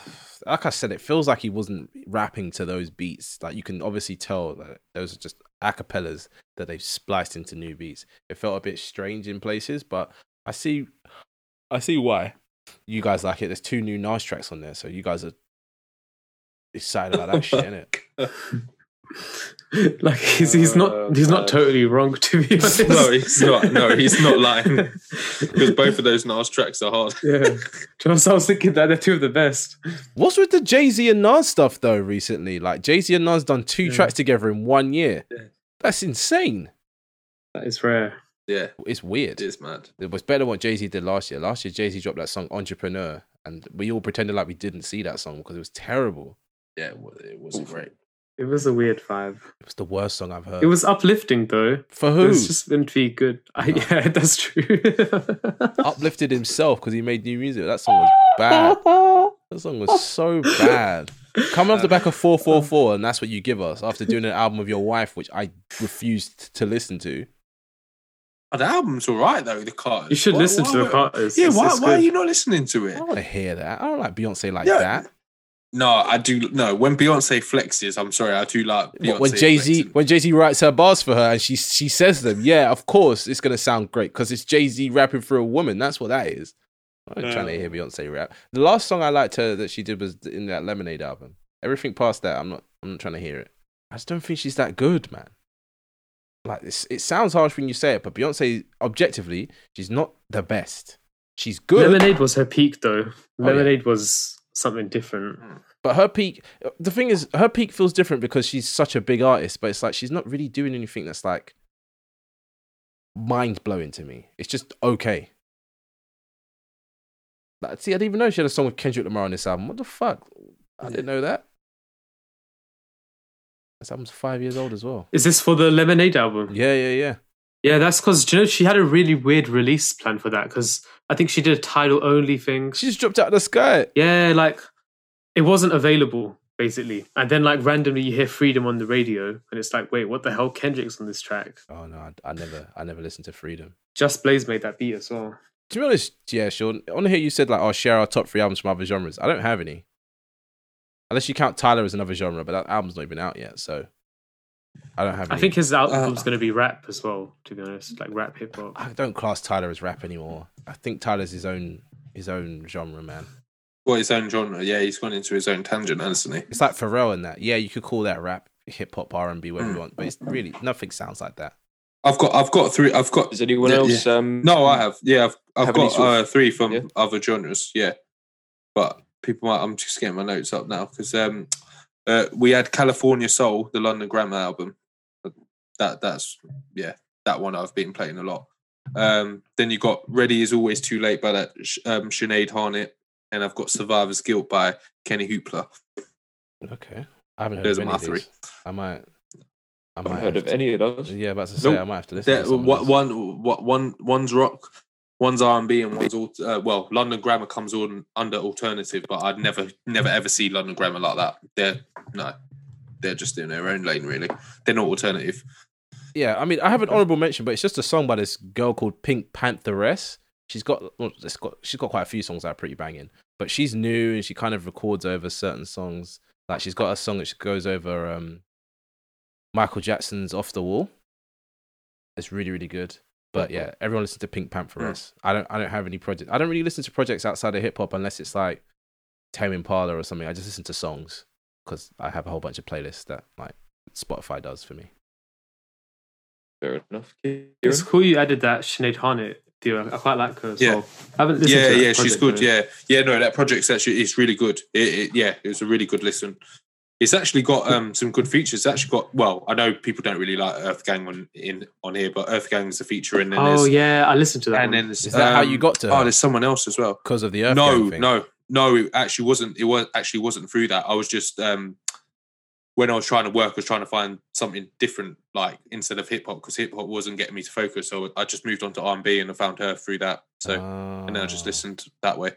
like I said, it feels like he wasn't rapping to those beats. Like you can obviously tell that those are just acapellas that they've spliced into new beats. It felt a bit strange in places, but I see, I see why you guys like it. There's two new Nas tracks on there, so you guys are excited about that shit, innit?
like he's he's
Uh,
not he's
uh,
not totally wrong to be honest.
No, he's not. No, he's not lying. because both of those Nas tracks are hard.
yeah, Just- I was thinking that they're two of the best.
What's with the Jay Z and Nas stuff though? Recently, like Jay Z and Nas done two
Yeah.
tracks together in one year.
Yeah.
That's insane.
That is rare.
Yeah,
it's weird.
it is mad.
It was better than what Jay Z did last year. Last year, Jay Z dropped that song "Entrepreneur," and we all pretended like we didn't see that song because it was terrible.
Yeah, it wa- it wasn't great.
It was a weird vibe.
It was the worst song I've
Uh.
heard.
It was uplifting though.
for
It
who
was just meant to be good. I, yeah, that's true.
uplifted himself because he made new music. That song was bad. That song was so bad. Coming off the back of four four four, and that's what you give us after doing an album with your wife, which I refused to listen to.
Oh, the album's all right though. The Carters.
you should
Why-
listen
why
to the
were-
Carters.
Yeah,
It's-
why,
it's
why are
good.
you not listening to
I
it?
don't want to hear that. I don't like Beyonce like
Yeah,
that.
No, I do. No, when Beyonce flexes, I'm sorry, I do like
But
Beyonce
when Jay Z
flexing.
when Jay Z writes her bars for her and she she says them, yeah, of course it's gonna sound great because it's Jay Z rapping for a woman. That's what that is. I'm not trying to hear Beyonce rap. The last song I liked her that she did was in that Lemonade album. Everything past that, I'm not I'm not trying to hear it. I just don't think she's that good, man. Like it's, it sounds harsh when you say it, but Beyonce, objectively, she's not the best. She's good.
Lemonade was her peak
Oh,
though.
yeah.
Lemonade was something different.
But her peak, the thing is, her peak feels different because she's such a big artist. But it's like she's not really doing anything that's like mind blowing to me. It's just okay. Like, see, I didn't even know she had a song with Kendrick Lamar on this album. What the fuck? I didn't know that. This album's five years old as well.
Is this for the Lemonade album?
Yeah, yeah, yeah.
Yeah, that's because you know she had a really weird release plan for that because I think she did a title only thing.
She just dropped out of the sky.
yeah, like it wasn't available basically, and then like randomly you hear Freedom on the radio, and it's like, wait, what the hell? Kendrick's on this track.
Oh no, I, I never, I never listened to Freedom.
Just Blaze made that beat as well.
To be honest, yeah, Sean. On here, you said like, "Oh, share our top three albums from other genres." I don't have any, unless you count Tyler as another genre, but that album's not even out yet, so I don't have.
I
Any.
think his
Uh,
album's going to be rap as well. To be honest, like rap hip hop.
I don't class Tyler as rap anymore. I think Tyler's his own his own genre, man.
well, his own genre. Yeah, he's gone into his own tangent, hasn't he?
It's like Pharrell and that. Yeah, you could call that rap, hip hop, R and B, whatever
Mm.
you want, but it's really nothing sounds like that.
I've got, I've got three. I've got.
Does anyone
Yeah,
else? Um,
No, I have. Yeah, I've, I've
Have any
got
sort of-
uh, three from
Yeah.
other genres. Yeah, but people might. I'm just getting my notes up now because um, uh, we had California Soul, the London Grammar album. That that's yeah, that one I've been playing a lot. Um, then you got Ready is Always Too Late by that Sh- um, Sinead Harnett, and I've got Survivor's Guilt by Kenny Hoopla.
Okay. I haven't heard
Those
of
are
any
my
of
three.
these. I might. I
I've
might
heard
have
of
to-
any of those.
Yeah, about to say
Nope.
I might have to listen.
There,
to some of
one,
these.
one, one- one, one's rock, one's R and B, and one's alt- uh, well, London Grammar comes on under alternative, but I'd never, never ever see London Grammar like that. They're no, they're just in their own lane, really. They're not alternative.
Yeah, I mean, I have an honorable mention, but it's just a song by this girl called Pink Pantheress. She's got, well, it's got she's got quite a few songs that are pretty banging, but she's new and she kind of records over certain songs. Like she's got a song that she goes over um, Michael Jackson's "Off the Wall." It's really, really good. But yeah, everyone listen to Pink Pantheress. I don't, I don't have any project. I don't really listen to projects outside of hip hop unless it's like Tame Impala or something. I just listen to songs because I have a whole bunch of playlists that like Spotify does for me.
Fair enough. Kieran?
It's cool you added that Sinead Harnett deal. I quite like her as
Yeah.
well. I haven't listened
Yeah,
to that
yeah, she's
project,
good.
though.
Yeah, yeah, no, that project's actually it's really good. It, it, yeah, it was a really good listen. It's actually got um, some good features. It's actually got well, I know people don't really like Earth Gang on in on here, but Earth Gang's a feature, and then
Oh,
there's,
yeah, I listened to that.
and
one.
then there's,
Is that how you
um,
got to
Oh,
her?
there's someone else as well.
because of the Earth
no,
Gang thing.
no, no. It actually wasn't. It was actually wasn't through that. I was just um, when I was trying to work, I was trying to find something different, like instead of hip hop, because hip hop wasn't getting me to focus. So I just moved on to R and B, and I found her through that. So and then I just
Ah.
listened that way.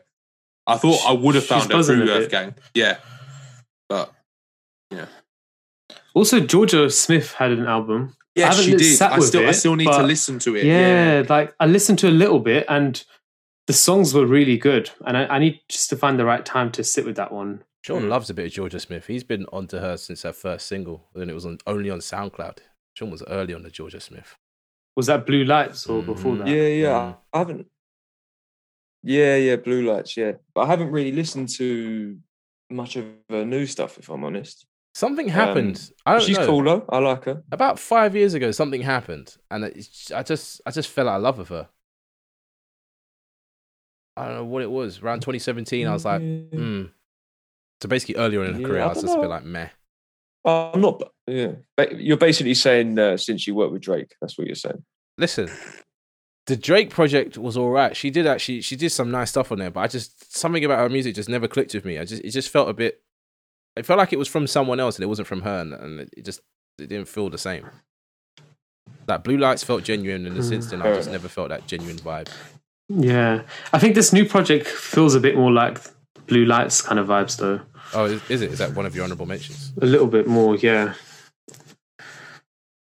I thought I would have
She's
found her
buzzing
through
a
Earth
bit.
Gang. Yeah, but
Also, Georgia Smith had an album. I
yeah,
haven't
she
li-
did.
sat
I
with
still, I
it,
still need to
but-
listen to it.
Yeah, like I listened to a little bit and the songs were really good. And I, I need just to find the right time to sit with that one.
Sean
Mm.
loves a bit of Georgia Smith. He's been onto her since her first single, and it was on, only on SoundCloud. Sean was early on the Georgia Smith.
Was that Blue Lights or before
Mhm.
that?
Yeah, yeah.
Mm.
I haven't. Yeah, yeah. Blue lights. Yeah, but I haven't really listened to much of her new stuff. If I'm honest,
Something
Um,
happened. I don't
she's
know.
cool though. I like her.
About five years ago, something happened, and it's- I just, I just fell out of love with her. I don't know what it was. Around 2017, I was like,
Yeah.
hmm. So basically, earlier in her
Yeah,
career,
I
I was
don't
just a bit
know.
like, meh.
I'm not. Yeah, Ba- you're basically saying uh, since you worked with Drake, that's what you're saying.
listen the drake project was all right she did actually she did some nice stuff on there but i just something about her music just never clicked with me i just it just felt a bit it felt like it was from someone else and it wasn't from her and, and it- it just it didn't feel the same like blue lights felt genuine in this
Hmm.
instant i
Fair
just
enough.
never felt that genuine vibe
Yeah. I think this new project feels a bit more like Blue Lights kind of vibes, though.
oh is, is it is that one of your honorable mentions
A little bit more, yeah.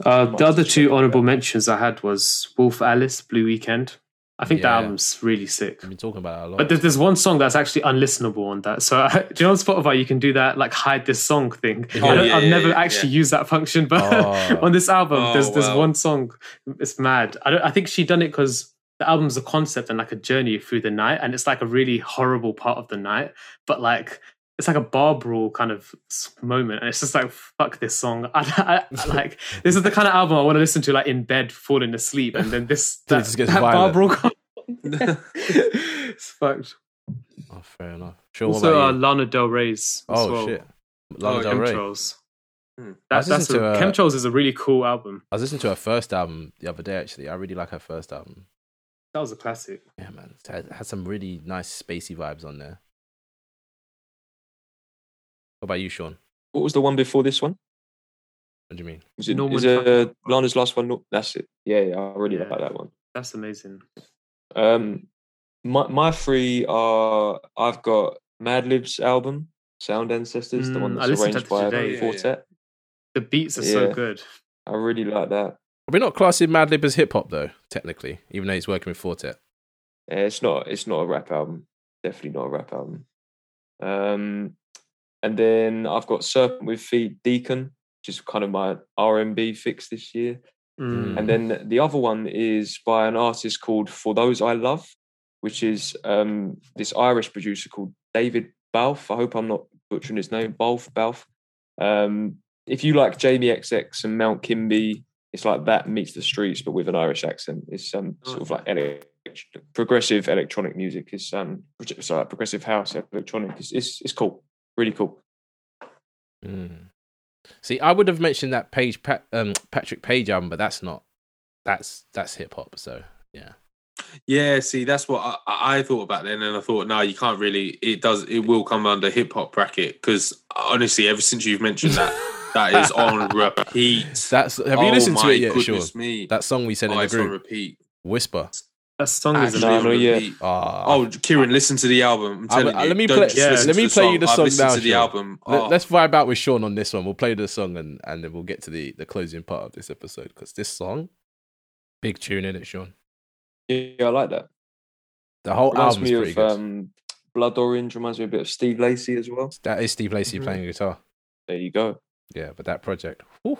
Uh, the other two honorable mentions I had was Wolf Alice, Blue Weekend. I think
Yeah.
that album's really sick.
i've been talking about that a lot
But there's, there's one song that's actually unlistenable on that. So I, do you know on Spotify you can do that like hide this song thing.
Oh,
I don't,
yeah,
I've
yeah,
never
yeah,
actually used that function, but
Oh.
on this album
Oh,
there's there's
wow.
one song. It's mad. I don't. I think she done it because the album's a concept and like a journey through the night, and it's like a really horrible part of the night, but like. It's like a bar brawl kind of s- moment, and it's just like fuck this song. I, I, I like this is the kind of album I want to listen to like in bed, falling asleep, and then this
Dude, it
that,
just gets
that bar
violent.
brawl. comes-
yeah.
it's fucked.
oh fair enough sure what
Also,
about
uh,
you?
Lana Del Rey's. As
oh
well.
shit Lana
Oh,
Del Rey. I
Chemtrails.
Hmm.
I
That,
was
that's a,
listening to, uh,
Chemtrails is a really cool album.
was listening to her first album the other day. Actually, I really like her first album.
That was a classic.
Yeah, man, it had- had some really nice spacey vibes on there. What about you, Sean?
What was the one before this one?
What do you mean?
Was it,
Norman
is uh,
Fucking-
Lana's last one? Nor- That's it. Yeah, yeah. I really
Yeah.
like that one.
That's amazing.
Um, my my three are I've got Madlib's album Sound Ancestors, the one
Mm, I
that's
listened to
arranged
that
by
today.
Yeah, yeah, yeah.
Fortet.
The beats are so
Yeah.
good.
I really like that.
We're not classing Madlib as hip hop though, technically, even though he's working with Fortet.
Yeah, it's not it's not a rap album. Definitely not a rap album. Um, and then I've got Serpent with Feet Deacon, which is kind of my R and B fix this year.
Mm.
Hmm.
And
Mm-hmm.
then the other one is by an artist called For Those I Love, which is um, this Irish producer called David Balf. I hope I'm not butchering his name. Balf, Balf. Um, if you like Jamie XX and Mount Kimby, it's like that meets the streets, but with an Irish accent. It's um, sort of like elect- progressive electronic music is um pro- sorry progressive house electronic is it's, it's cool, really cool.
Mm. See, I would have mentioned that Page pa- um, Patrick Page album, but that's not. That's that's hip hop. So
Yeah, see, that's what I- I, I thought about then, and I thought, no, you can't really. It does. It will come under hip hop bracket because honestly, ever since you've mentioned that, that is on repeat.
That's have you
Oh
listened to
my
it yet, Sean?
goodness me.
That song we sent
oh,
in the
it's on
group,
repeat.
Whisper.
That song is
Actually
No,
on
no,
amazing.
yeah.
repeat.
Ah,
Oh, Kieran, listen to the album. I'm
I-
telling
I-
you,
let me
Don't
play-
just
yeah,
listen
let
to
me
the
play you
song.
the
I've
song
listened
now,
to the
Sean.
album.
let,
Oh,
us vibe out with Sean on this one. We'll play the song and and then we'll get to the the closing part of this episode because this song, big tune in it, Sean.
Yeah, I like that.
The whole
Reminds
album's
me
pretty
of
good.
um, Blood Orange. Reminds me a bit of Steve Lacy as well.
that is Steve Lacy playing guitar.
There you go.
Yeah, but that project. whew.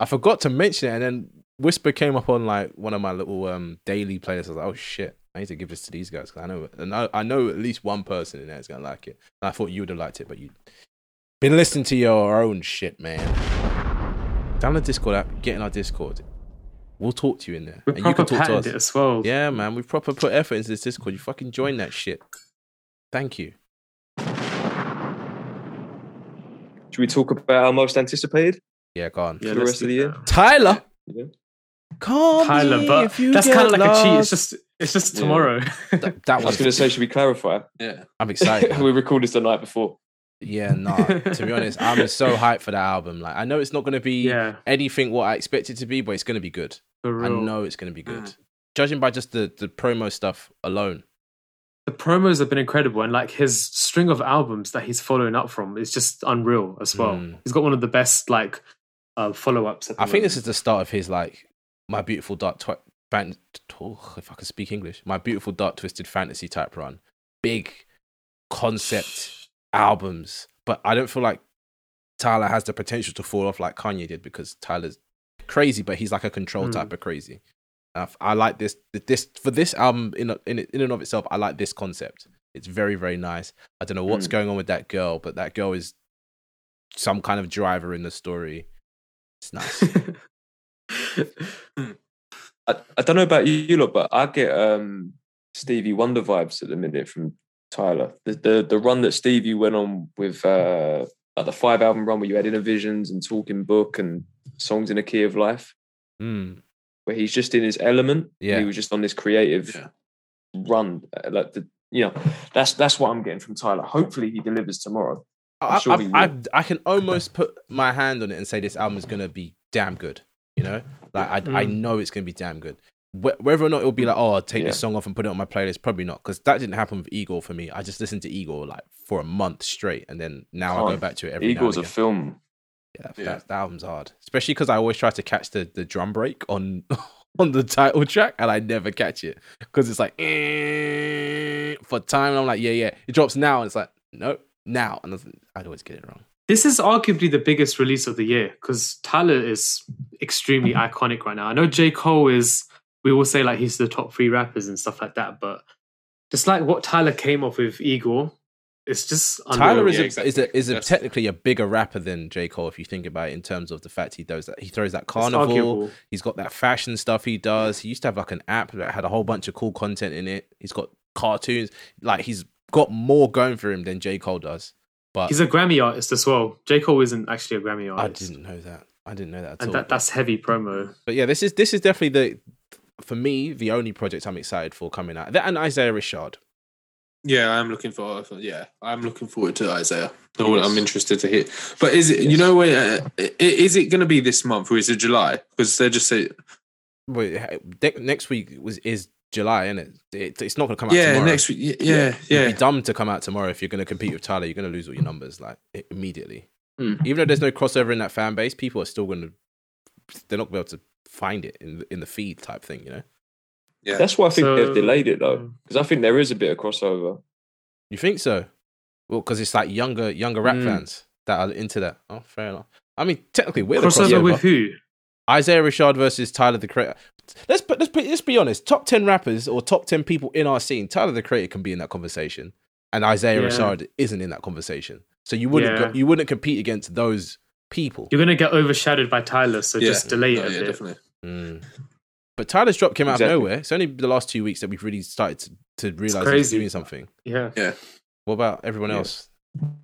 I forgot to mention it, and then Whisper came up on like one of my little um daily playlists. I was like, oh shit, I need to give this to these guys because I know, and I, I know at least one person in there is gonna like it. And I thought you would have liked it, but you been listening to your own shit, man. Download Discord app, get in our Discord. We'll talk to you in there,
We
and you
proper
can talk to
patterned
us.
it as well.
Yeah, man, we proper put effort into this Discord. You fucking join that shit. Thank you.
Should we talk about our most anticipated?
Yeah, go on.
Yeah,
For the
let's
rest of the
do
year?
that.
Tyler,
Yeah.
call
Tyler,
me
but
if you
that's
get
kind of like a cheat.
lost.
It's just it's just
Yeah.
tomorrow.
Th- that
I
was
was going to say, should we clarify?
yeah.
I'm excited. man.
we recorded this the night before.
yeah, nah. To be honest, I'm so hyped for that album. Like, I know it's not gonna be
yeah,
anything what I expect it to be, but it's gonna be good.
for
I
real.
know it's gonna be good.
Mm.
Judging by just the the promo stuff alone,
The promos have been incredible, and like his string of albums that he's following up from is just unreal as well.
Mm.
He's got one of the best like uh, follow ups.
I think this is the start of his like my beautiful dark twi- fan- oh, if I could speak English, my beautiful dark twisted fantasy type run. Big concept albums, but I don't feel like Tyler has the potential to fall off like Kanye did because Tyler's crazy, but he's like a control
Hmm.
type of crazy. And I, f- I like this this for this album in a- in it- in and of itself. I like this concept. It's very very nice. I don't know what's
Hmm.
going on with that girl, but that girl is some kind of driver in the story. It's nice.
I, I don't know about you lot, but I get um, Stevie Wonder vibes at the minute from Tyler. The the, the run that Stevie went on with uh, like the five album run where you had Inner Visions and Talking Book and Songs in a Key of Life,
Mm.
where he's just in his element. and
Yeah.
he was just on this creative
Yeah.
run. uh, Like the you know, that's that's what I'm getting from Tyler. Hopefully he delivers tomorrow.
I,
I'm sure he
I, I, I can almost put my hand on it and say this album is going to be damn good. You know, like I, I
Mm.
know it's going to be damn good. Wh- Whether or not it'll be like, oh, I'll take this
Yeah.
song off and put it on my playlist, probably not, because that didn't happen with Eagle for me. I just listened to Eagle like for a month straight, and then now I go
Can't.
back to it every
Eagles
now
a
and again.
film.
Yeah, that,
Yeah.
that album's hard, especially because I always try to catch the, the drum break on on the title track, and I never catch it because it's like eh, for time, and I'm like, yeah, yeah, it drops now, and it's like, no, now, and I was- I'd always get it wrong.
This is arguably the biggest release of the year because Tyler is extremely
Hmm.
iconic right now. I know J. Cole is, we will say like he's the top three rappers and stuff like that, but just like what Tyler came off with Eagle, it's just
Tyler
unreal.
is a,
Yeah, exactly.
is a, is a
That's-
technically a bigger rapper than J Cole if you think about it in terms of the fact he does that he throws that
It's
carnival.
arguable.
He's got that fashion stuff he does. He used to have like an app that had a whole bunch of cool content in it. He's got cartoons. Like he's got more going for him than J Cole does. But
Uh, He's a Grammy artist as well. J. Cole isn't actually a Grammy
I
artist.
didn't know that. I didn't know that at all.
And that, that's heavy promo.
But yeah, this is this is definitely the for me the only project I'm excited for coming out. That and Isaiah Richard.
Yeah, I'm looking for. Yeah, I'm looking forward to Isaiah. No,
Yes.
I'm interested to hear. But is it? You
Yes.
know, where uh, i- is it going to be this month or is it July? Because they just say
Wait, ne- next week was is July, isn't it? it it's not gonna come out.
yeah
tomorrow.
next week. y- Yeah, yeah.
It'd be dumb to come out tomorrow if you're going to compete with Tyler. You're going to lose all your numbers like i- immediately.
Hmm.
Even though there's no crossover in that fan base, people are still going to. They're not going to be able to find it in the- in the feed type thing, you know.
Yeah.
That's why I think
So-
they've delayed it
mm.
though, because I think there is a bit of crossover.
You think so? Well, because it's like younger younger rap
Hmm.
fans that are into that. Oh, fair enough. I mean, technically, we're
Crossover
the crossover
with who?
Isaiah Richard versus Tyler the Creator. Let's put let's, put, let's be honest. Top ten rappers or top ten people in our scene, Tyler the Creator can be in that conversation, and Isaiah
Yeah.
Richard isn't in that conversation. So you wouldn't
Yeah.
go, you wouldn't compete against those people.
You're going to get overshadowed by Tyler, so
Yeah.
just delay it
No,
a
yeah,
bit.
definitely.
Mm. But Tyler's drop came out
Exactly.
of nowhere. It's only the last two weeks that we've really started to, to realize he's
crazy.
doing something.
Yeah.
What about everyone
Yeah.
else?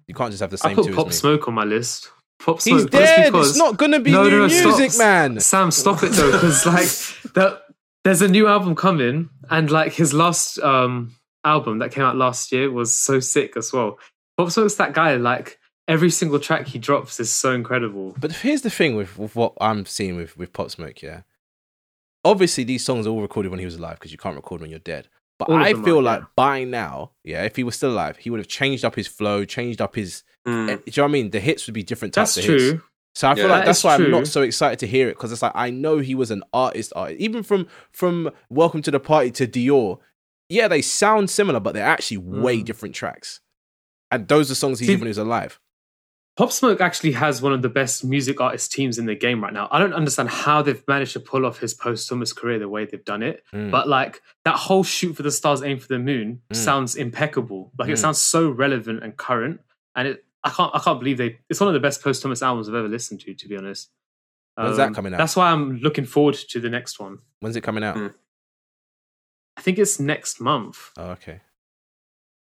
You can't just have the
I
same two
put
as
Pop
me.
Smoke on my list. Pop Smoke.
He's
just
dead.
because-
It's not gonna be
No,
new
no, stop.
music, man.
Sam, stop it though, because like that, there's a new album coming, and like his last um album that came out last year was so sick as well. Pop Smoke's that guy. Like every single track he drops is so incredible.
But here's the thing with, with what I'm seeing with, with Pop Smoke, yeah. Obviously, these songs are all recorded when he was alive because you can't record when you're dead. But
All of
I
them
feel
are,
like
yeah.
by now, yeah, if he was still alive, he would have changed up his flow, changed up his. eh, Do you know what I mean? The hits would be different types
Mm. That's
of hits.
true.
So I feel
Yeah.
like
That
that's
is
why I'm
true.
not so excited to hear it because it's like I know he was an artist, artist. Even from from Welcome to the Party to Dior, yeah, they sound similar, but they're actually way
Mm.
different tracks. And those are songs he
See-
did when he was alive.
Pop Smoke actually has one of the best music artist teams in the game right now. I don't understand how they've managed to pull off his posthumous career the way they've done it,
Mm.
but like that whole shoot for the stars, aim for the moon
Mm.
sounds impeccable. Like
Mm.
it sounds so relevant and current, and it I can't I can't believe they. It's one of the best posthumous albums I've ever listened to. To be honest, Um,
When's that coming out?
That's why I'm looking forward to the next one.
When's it coming out?
Mm.
I think it's next month.
Oh, okay.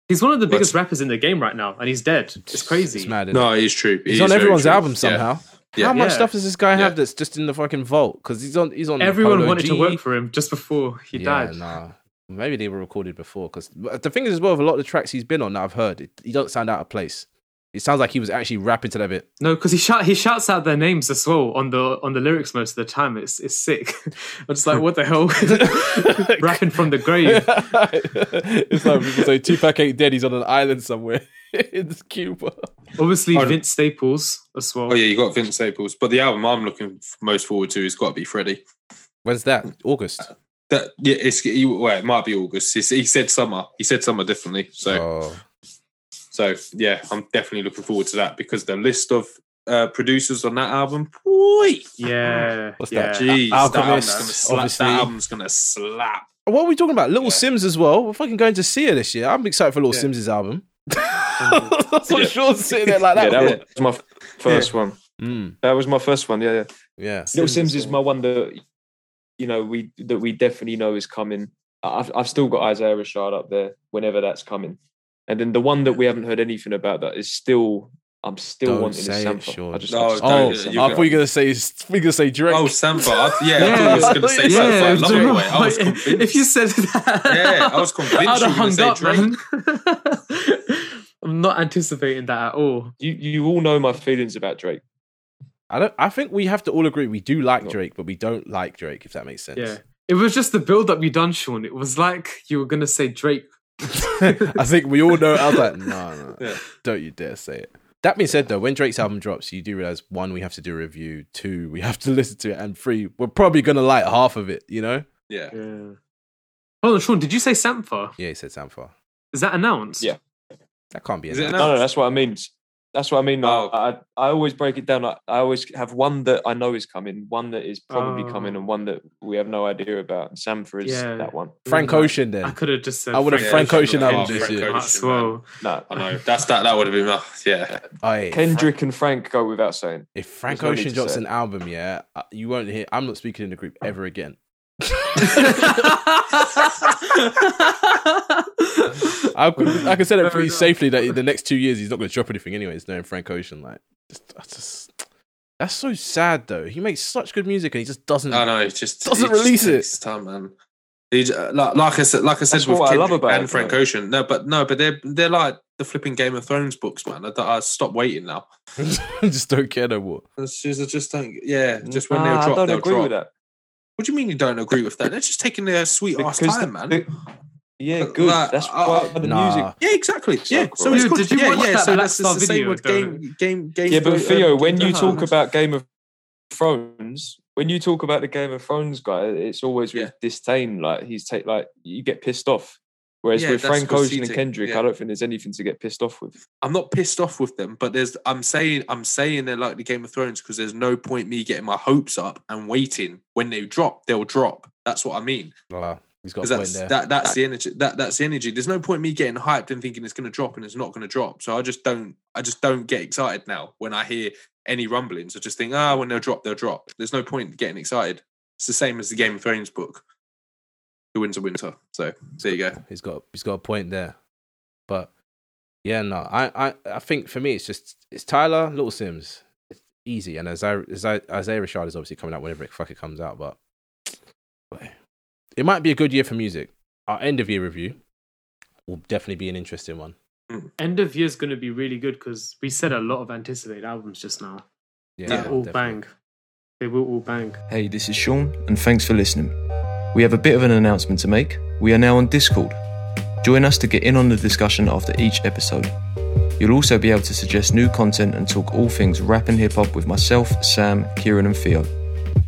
He's one of the
Well,
biggest rappers in the game right now, and he's dead. It's crazy.
It's mad. isn't
No, it is true. It
He's
is
on
very
everyone's
true.
album
Yeah.
somehow.
Yeah.
How much
Yeah.
stuff does this guy have
Yeah.
that's just in the fucking vault? Because he's on, he's on.
Everyone
Polo
wanted
G.
to work for him just before he died.
Nah. Maybe they were recorded before. Because the thing is, as well, with a lot of the tracks he's been on that I've heard, it, he don't sound out of place. It sounds like he was actually rapping to that bit.
No, because he shout he shouts out their names as well on the on the lyrics most of the time. It's it's sick. I'm just like, what the hell? Rapping from the grave.
it's like people say Tupac ain't dead. He's on an island somewhere in Cuba.
Obviously,
Oh, no.
Vince Staples as well.
Oh yeah, you got Vince Staples, but the album I'm looking f- most forward to has got to be Freddie.
When's that? August.
That yeah, it's he, well, it might be August. It's, he said summer. He said summer definitely. So
Oh,
so yeah, I'm definitely looking forward to that because the list of uh, producers on that album, boy,
Yeah,
What's
yeah.
that?
jeez, that album's
Alchemist,
gonna slap.
obviously.
That album's gonna slap.
what are we talking about? Little
Yeah.
Sims as well. We're fucking going to see her this year. I'm excited for Little
Yeah.
Sims's album. That's what
Yeah.
Sean's sitting there like
yeah,
that.
that
Yeah.
was my f- first one.
Mm,
That was my first one. Yeah, yeah.
yeah.
Little Sims is my one that you know we that we definitely know is coming. I- I've I've still got Isaiah Rashad up there whenever that's coming, and then the one that we haven't heard anything about that is still I'm still
Don't
wanting a
say it,
sample.
Sean.
I just,
No,
I just
Oh,
don't-
I
you're
thought
gonna-
you were gonna say we gonna say Drake.
Oh, Sampa. Yeah, I
Yeah.
thought you was gonna say
Yeah,
Yeah,
Sampa. Long way. I was
if-
convinced.
if you said that,
Yeah, I was convinced
I'd
you
have
were gonna
hung
say
up, man. I'm not anticipating that at all.
you you all know my feelings about Drake.
I don't. I think we have to all agree we do like
No.
Drake, but we don't like Drake. If that makes sense.
Yeah, it was just the build up you done, Sean. It was like you were gonna say Drake.
I think we all know. I was like, no, no,
Yeah.
don't you dare say it. That being said, though, when Drake's album drops, you do realize one, we have to do a review. Two, we have to listen to it, and three, we're probably gonna like half of it. You know?
yeah.
Yeah. Hold on, Sean. Did you say Sampha?
Yeah, he said Samfar.
Is that announced?
Yeah.
That can't be.
Is
an
it
ad.
an
No, no, that's what I mean. That's what I mean.
Oh.
I, I I always break it down. I, I always have one that I know is coming, one that is probably
Oh.
coming, and one that we have no idea about. Samford is
Yeah.
that one.
Frank Ocean. Then
I could have just said.
I would have
Yeah,
Frank Ocean
Frank
album
Ocean.
this year.
Frank
That's
Ocean, man.
well.
No,
I know. That's that. That would have been. Uh, yeah.
Aye.
Kendrick and Frank go without saying.
If Frank
no need
Ocean
to
drops
say.
an album, yeah, uh, you won't hear. I'm not speaking in the group ever again. I could, I could say that
Fair
pretty
enough.
safely that in the next two years he's not going to drop anything anyways. Knowing Frank Ocean, like, just, I just that's so sad though. He makes such good music and he just doesn't.
I know. It just
Doesn't
just
release it.
takes Time, man. He j- uh, like, like I said, like I said,
That's
with
what I love
Kendrick
about
and
it,
Frank
though.
Ocean. No, but no, but they're they're like the flipping Game of Thrones books, man. I, I stop waiting now.
I just don't care no more.
It's just, I just don't. Yeah, just when
Nah,
they'll
I
drop,
don't
they'll
agree
drop.
with that.
What do you mean you don't agree with that? They're just taking their sweet ass
Because
time,
the-
man.
the- yeah,
But
good.
like,
That's
I-
why the
Nah.
music.
yeah, exactly.
So
Yeah,
cool.
so it's
Dude,
good.
did you
yeah,
watch
yeah,
that
so
Black
that's
Star
it's the same
video,
with
though?
game, game, game.
Yeah, but
Boy,
Theo,
uh,
when you
Dunham.
talk about Game of Thrones, when you talk about the Game of Thrones guy, it's always with
Yeah.
disdain. Like he's take like you get pissed off. Whereas
Yeah,
with
that's
Frank Ocean and
conceited,
Kendrick,
yeah.
I don't think there's anything to get pissed off with.
I'm not pissed off with them, but there's I'm saying I'm saying they're like the Game of Thrones because there's no point me getting my hopes up and waiting. When they drop, they'll drop. That's what I mean.
Nah, he's got a
Because
point
that's
there.
that that's the energy. That that's the energy. There's no point me getting hyped and thinking it's gonna drop and it's not gonna drop. So I just don't I just don't get excited now when I hear any rumblings. I just think, ah, when they'll drop, they'll drop. There's no point getting excited. It's the same as the Game of Thrones book. The Winds of Winter. So there you go.
He's got he's got a point there, but yeah, no, I I, I think for me it's just it's Tyler Little Sims, it's easy, and Isaiah Isaiah, Isaiah Rashad is obviously coming out whenever it fucking comes out, but but it might be a good year for music. Our end of year review will definitely be an interesting one.
End of year is going to be really good because we said a lot of anticipated albums just now.
Yeah,
They'll all
definitely.
bang. They will all bang.
Hey, this is Sean, and thanks for listening. We have a bit of an announcement to make. We are now on Discord. Join us to get in on the discussion after each episode. You'll also be able to suggest new content and talk all things rap and hip hop with myself, Sam, Kieran, and Theo.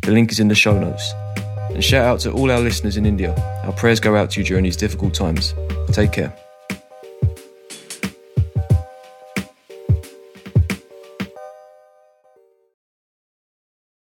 The link is in the show notes. And shout out to all our listeners in India. Our prayers go out to you during these difficult times. Take care.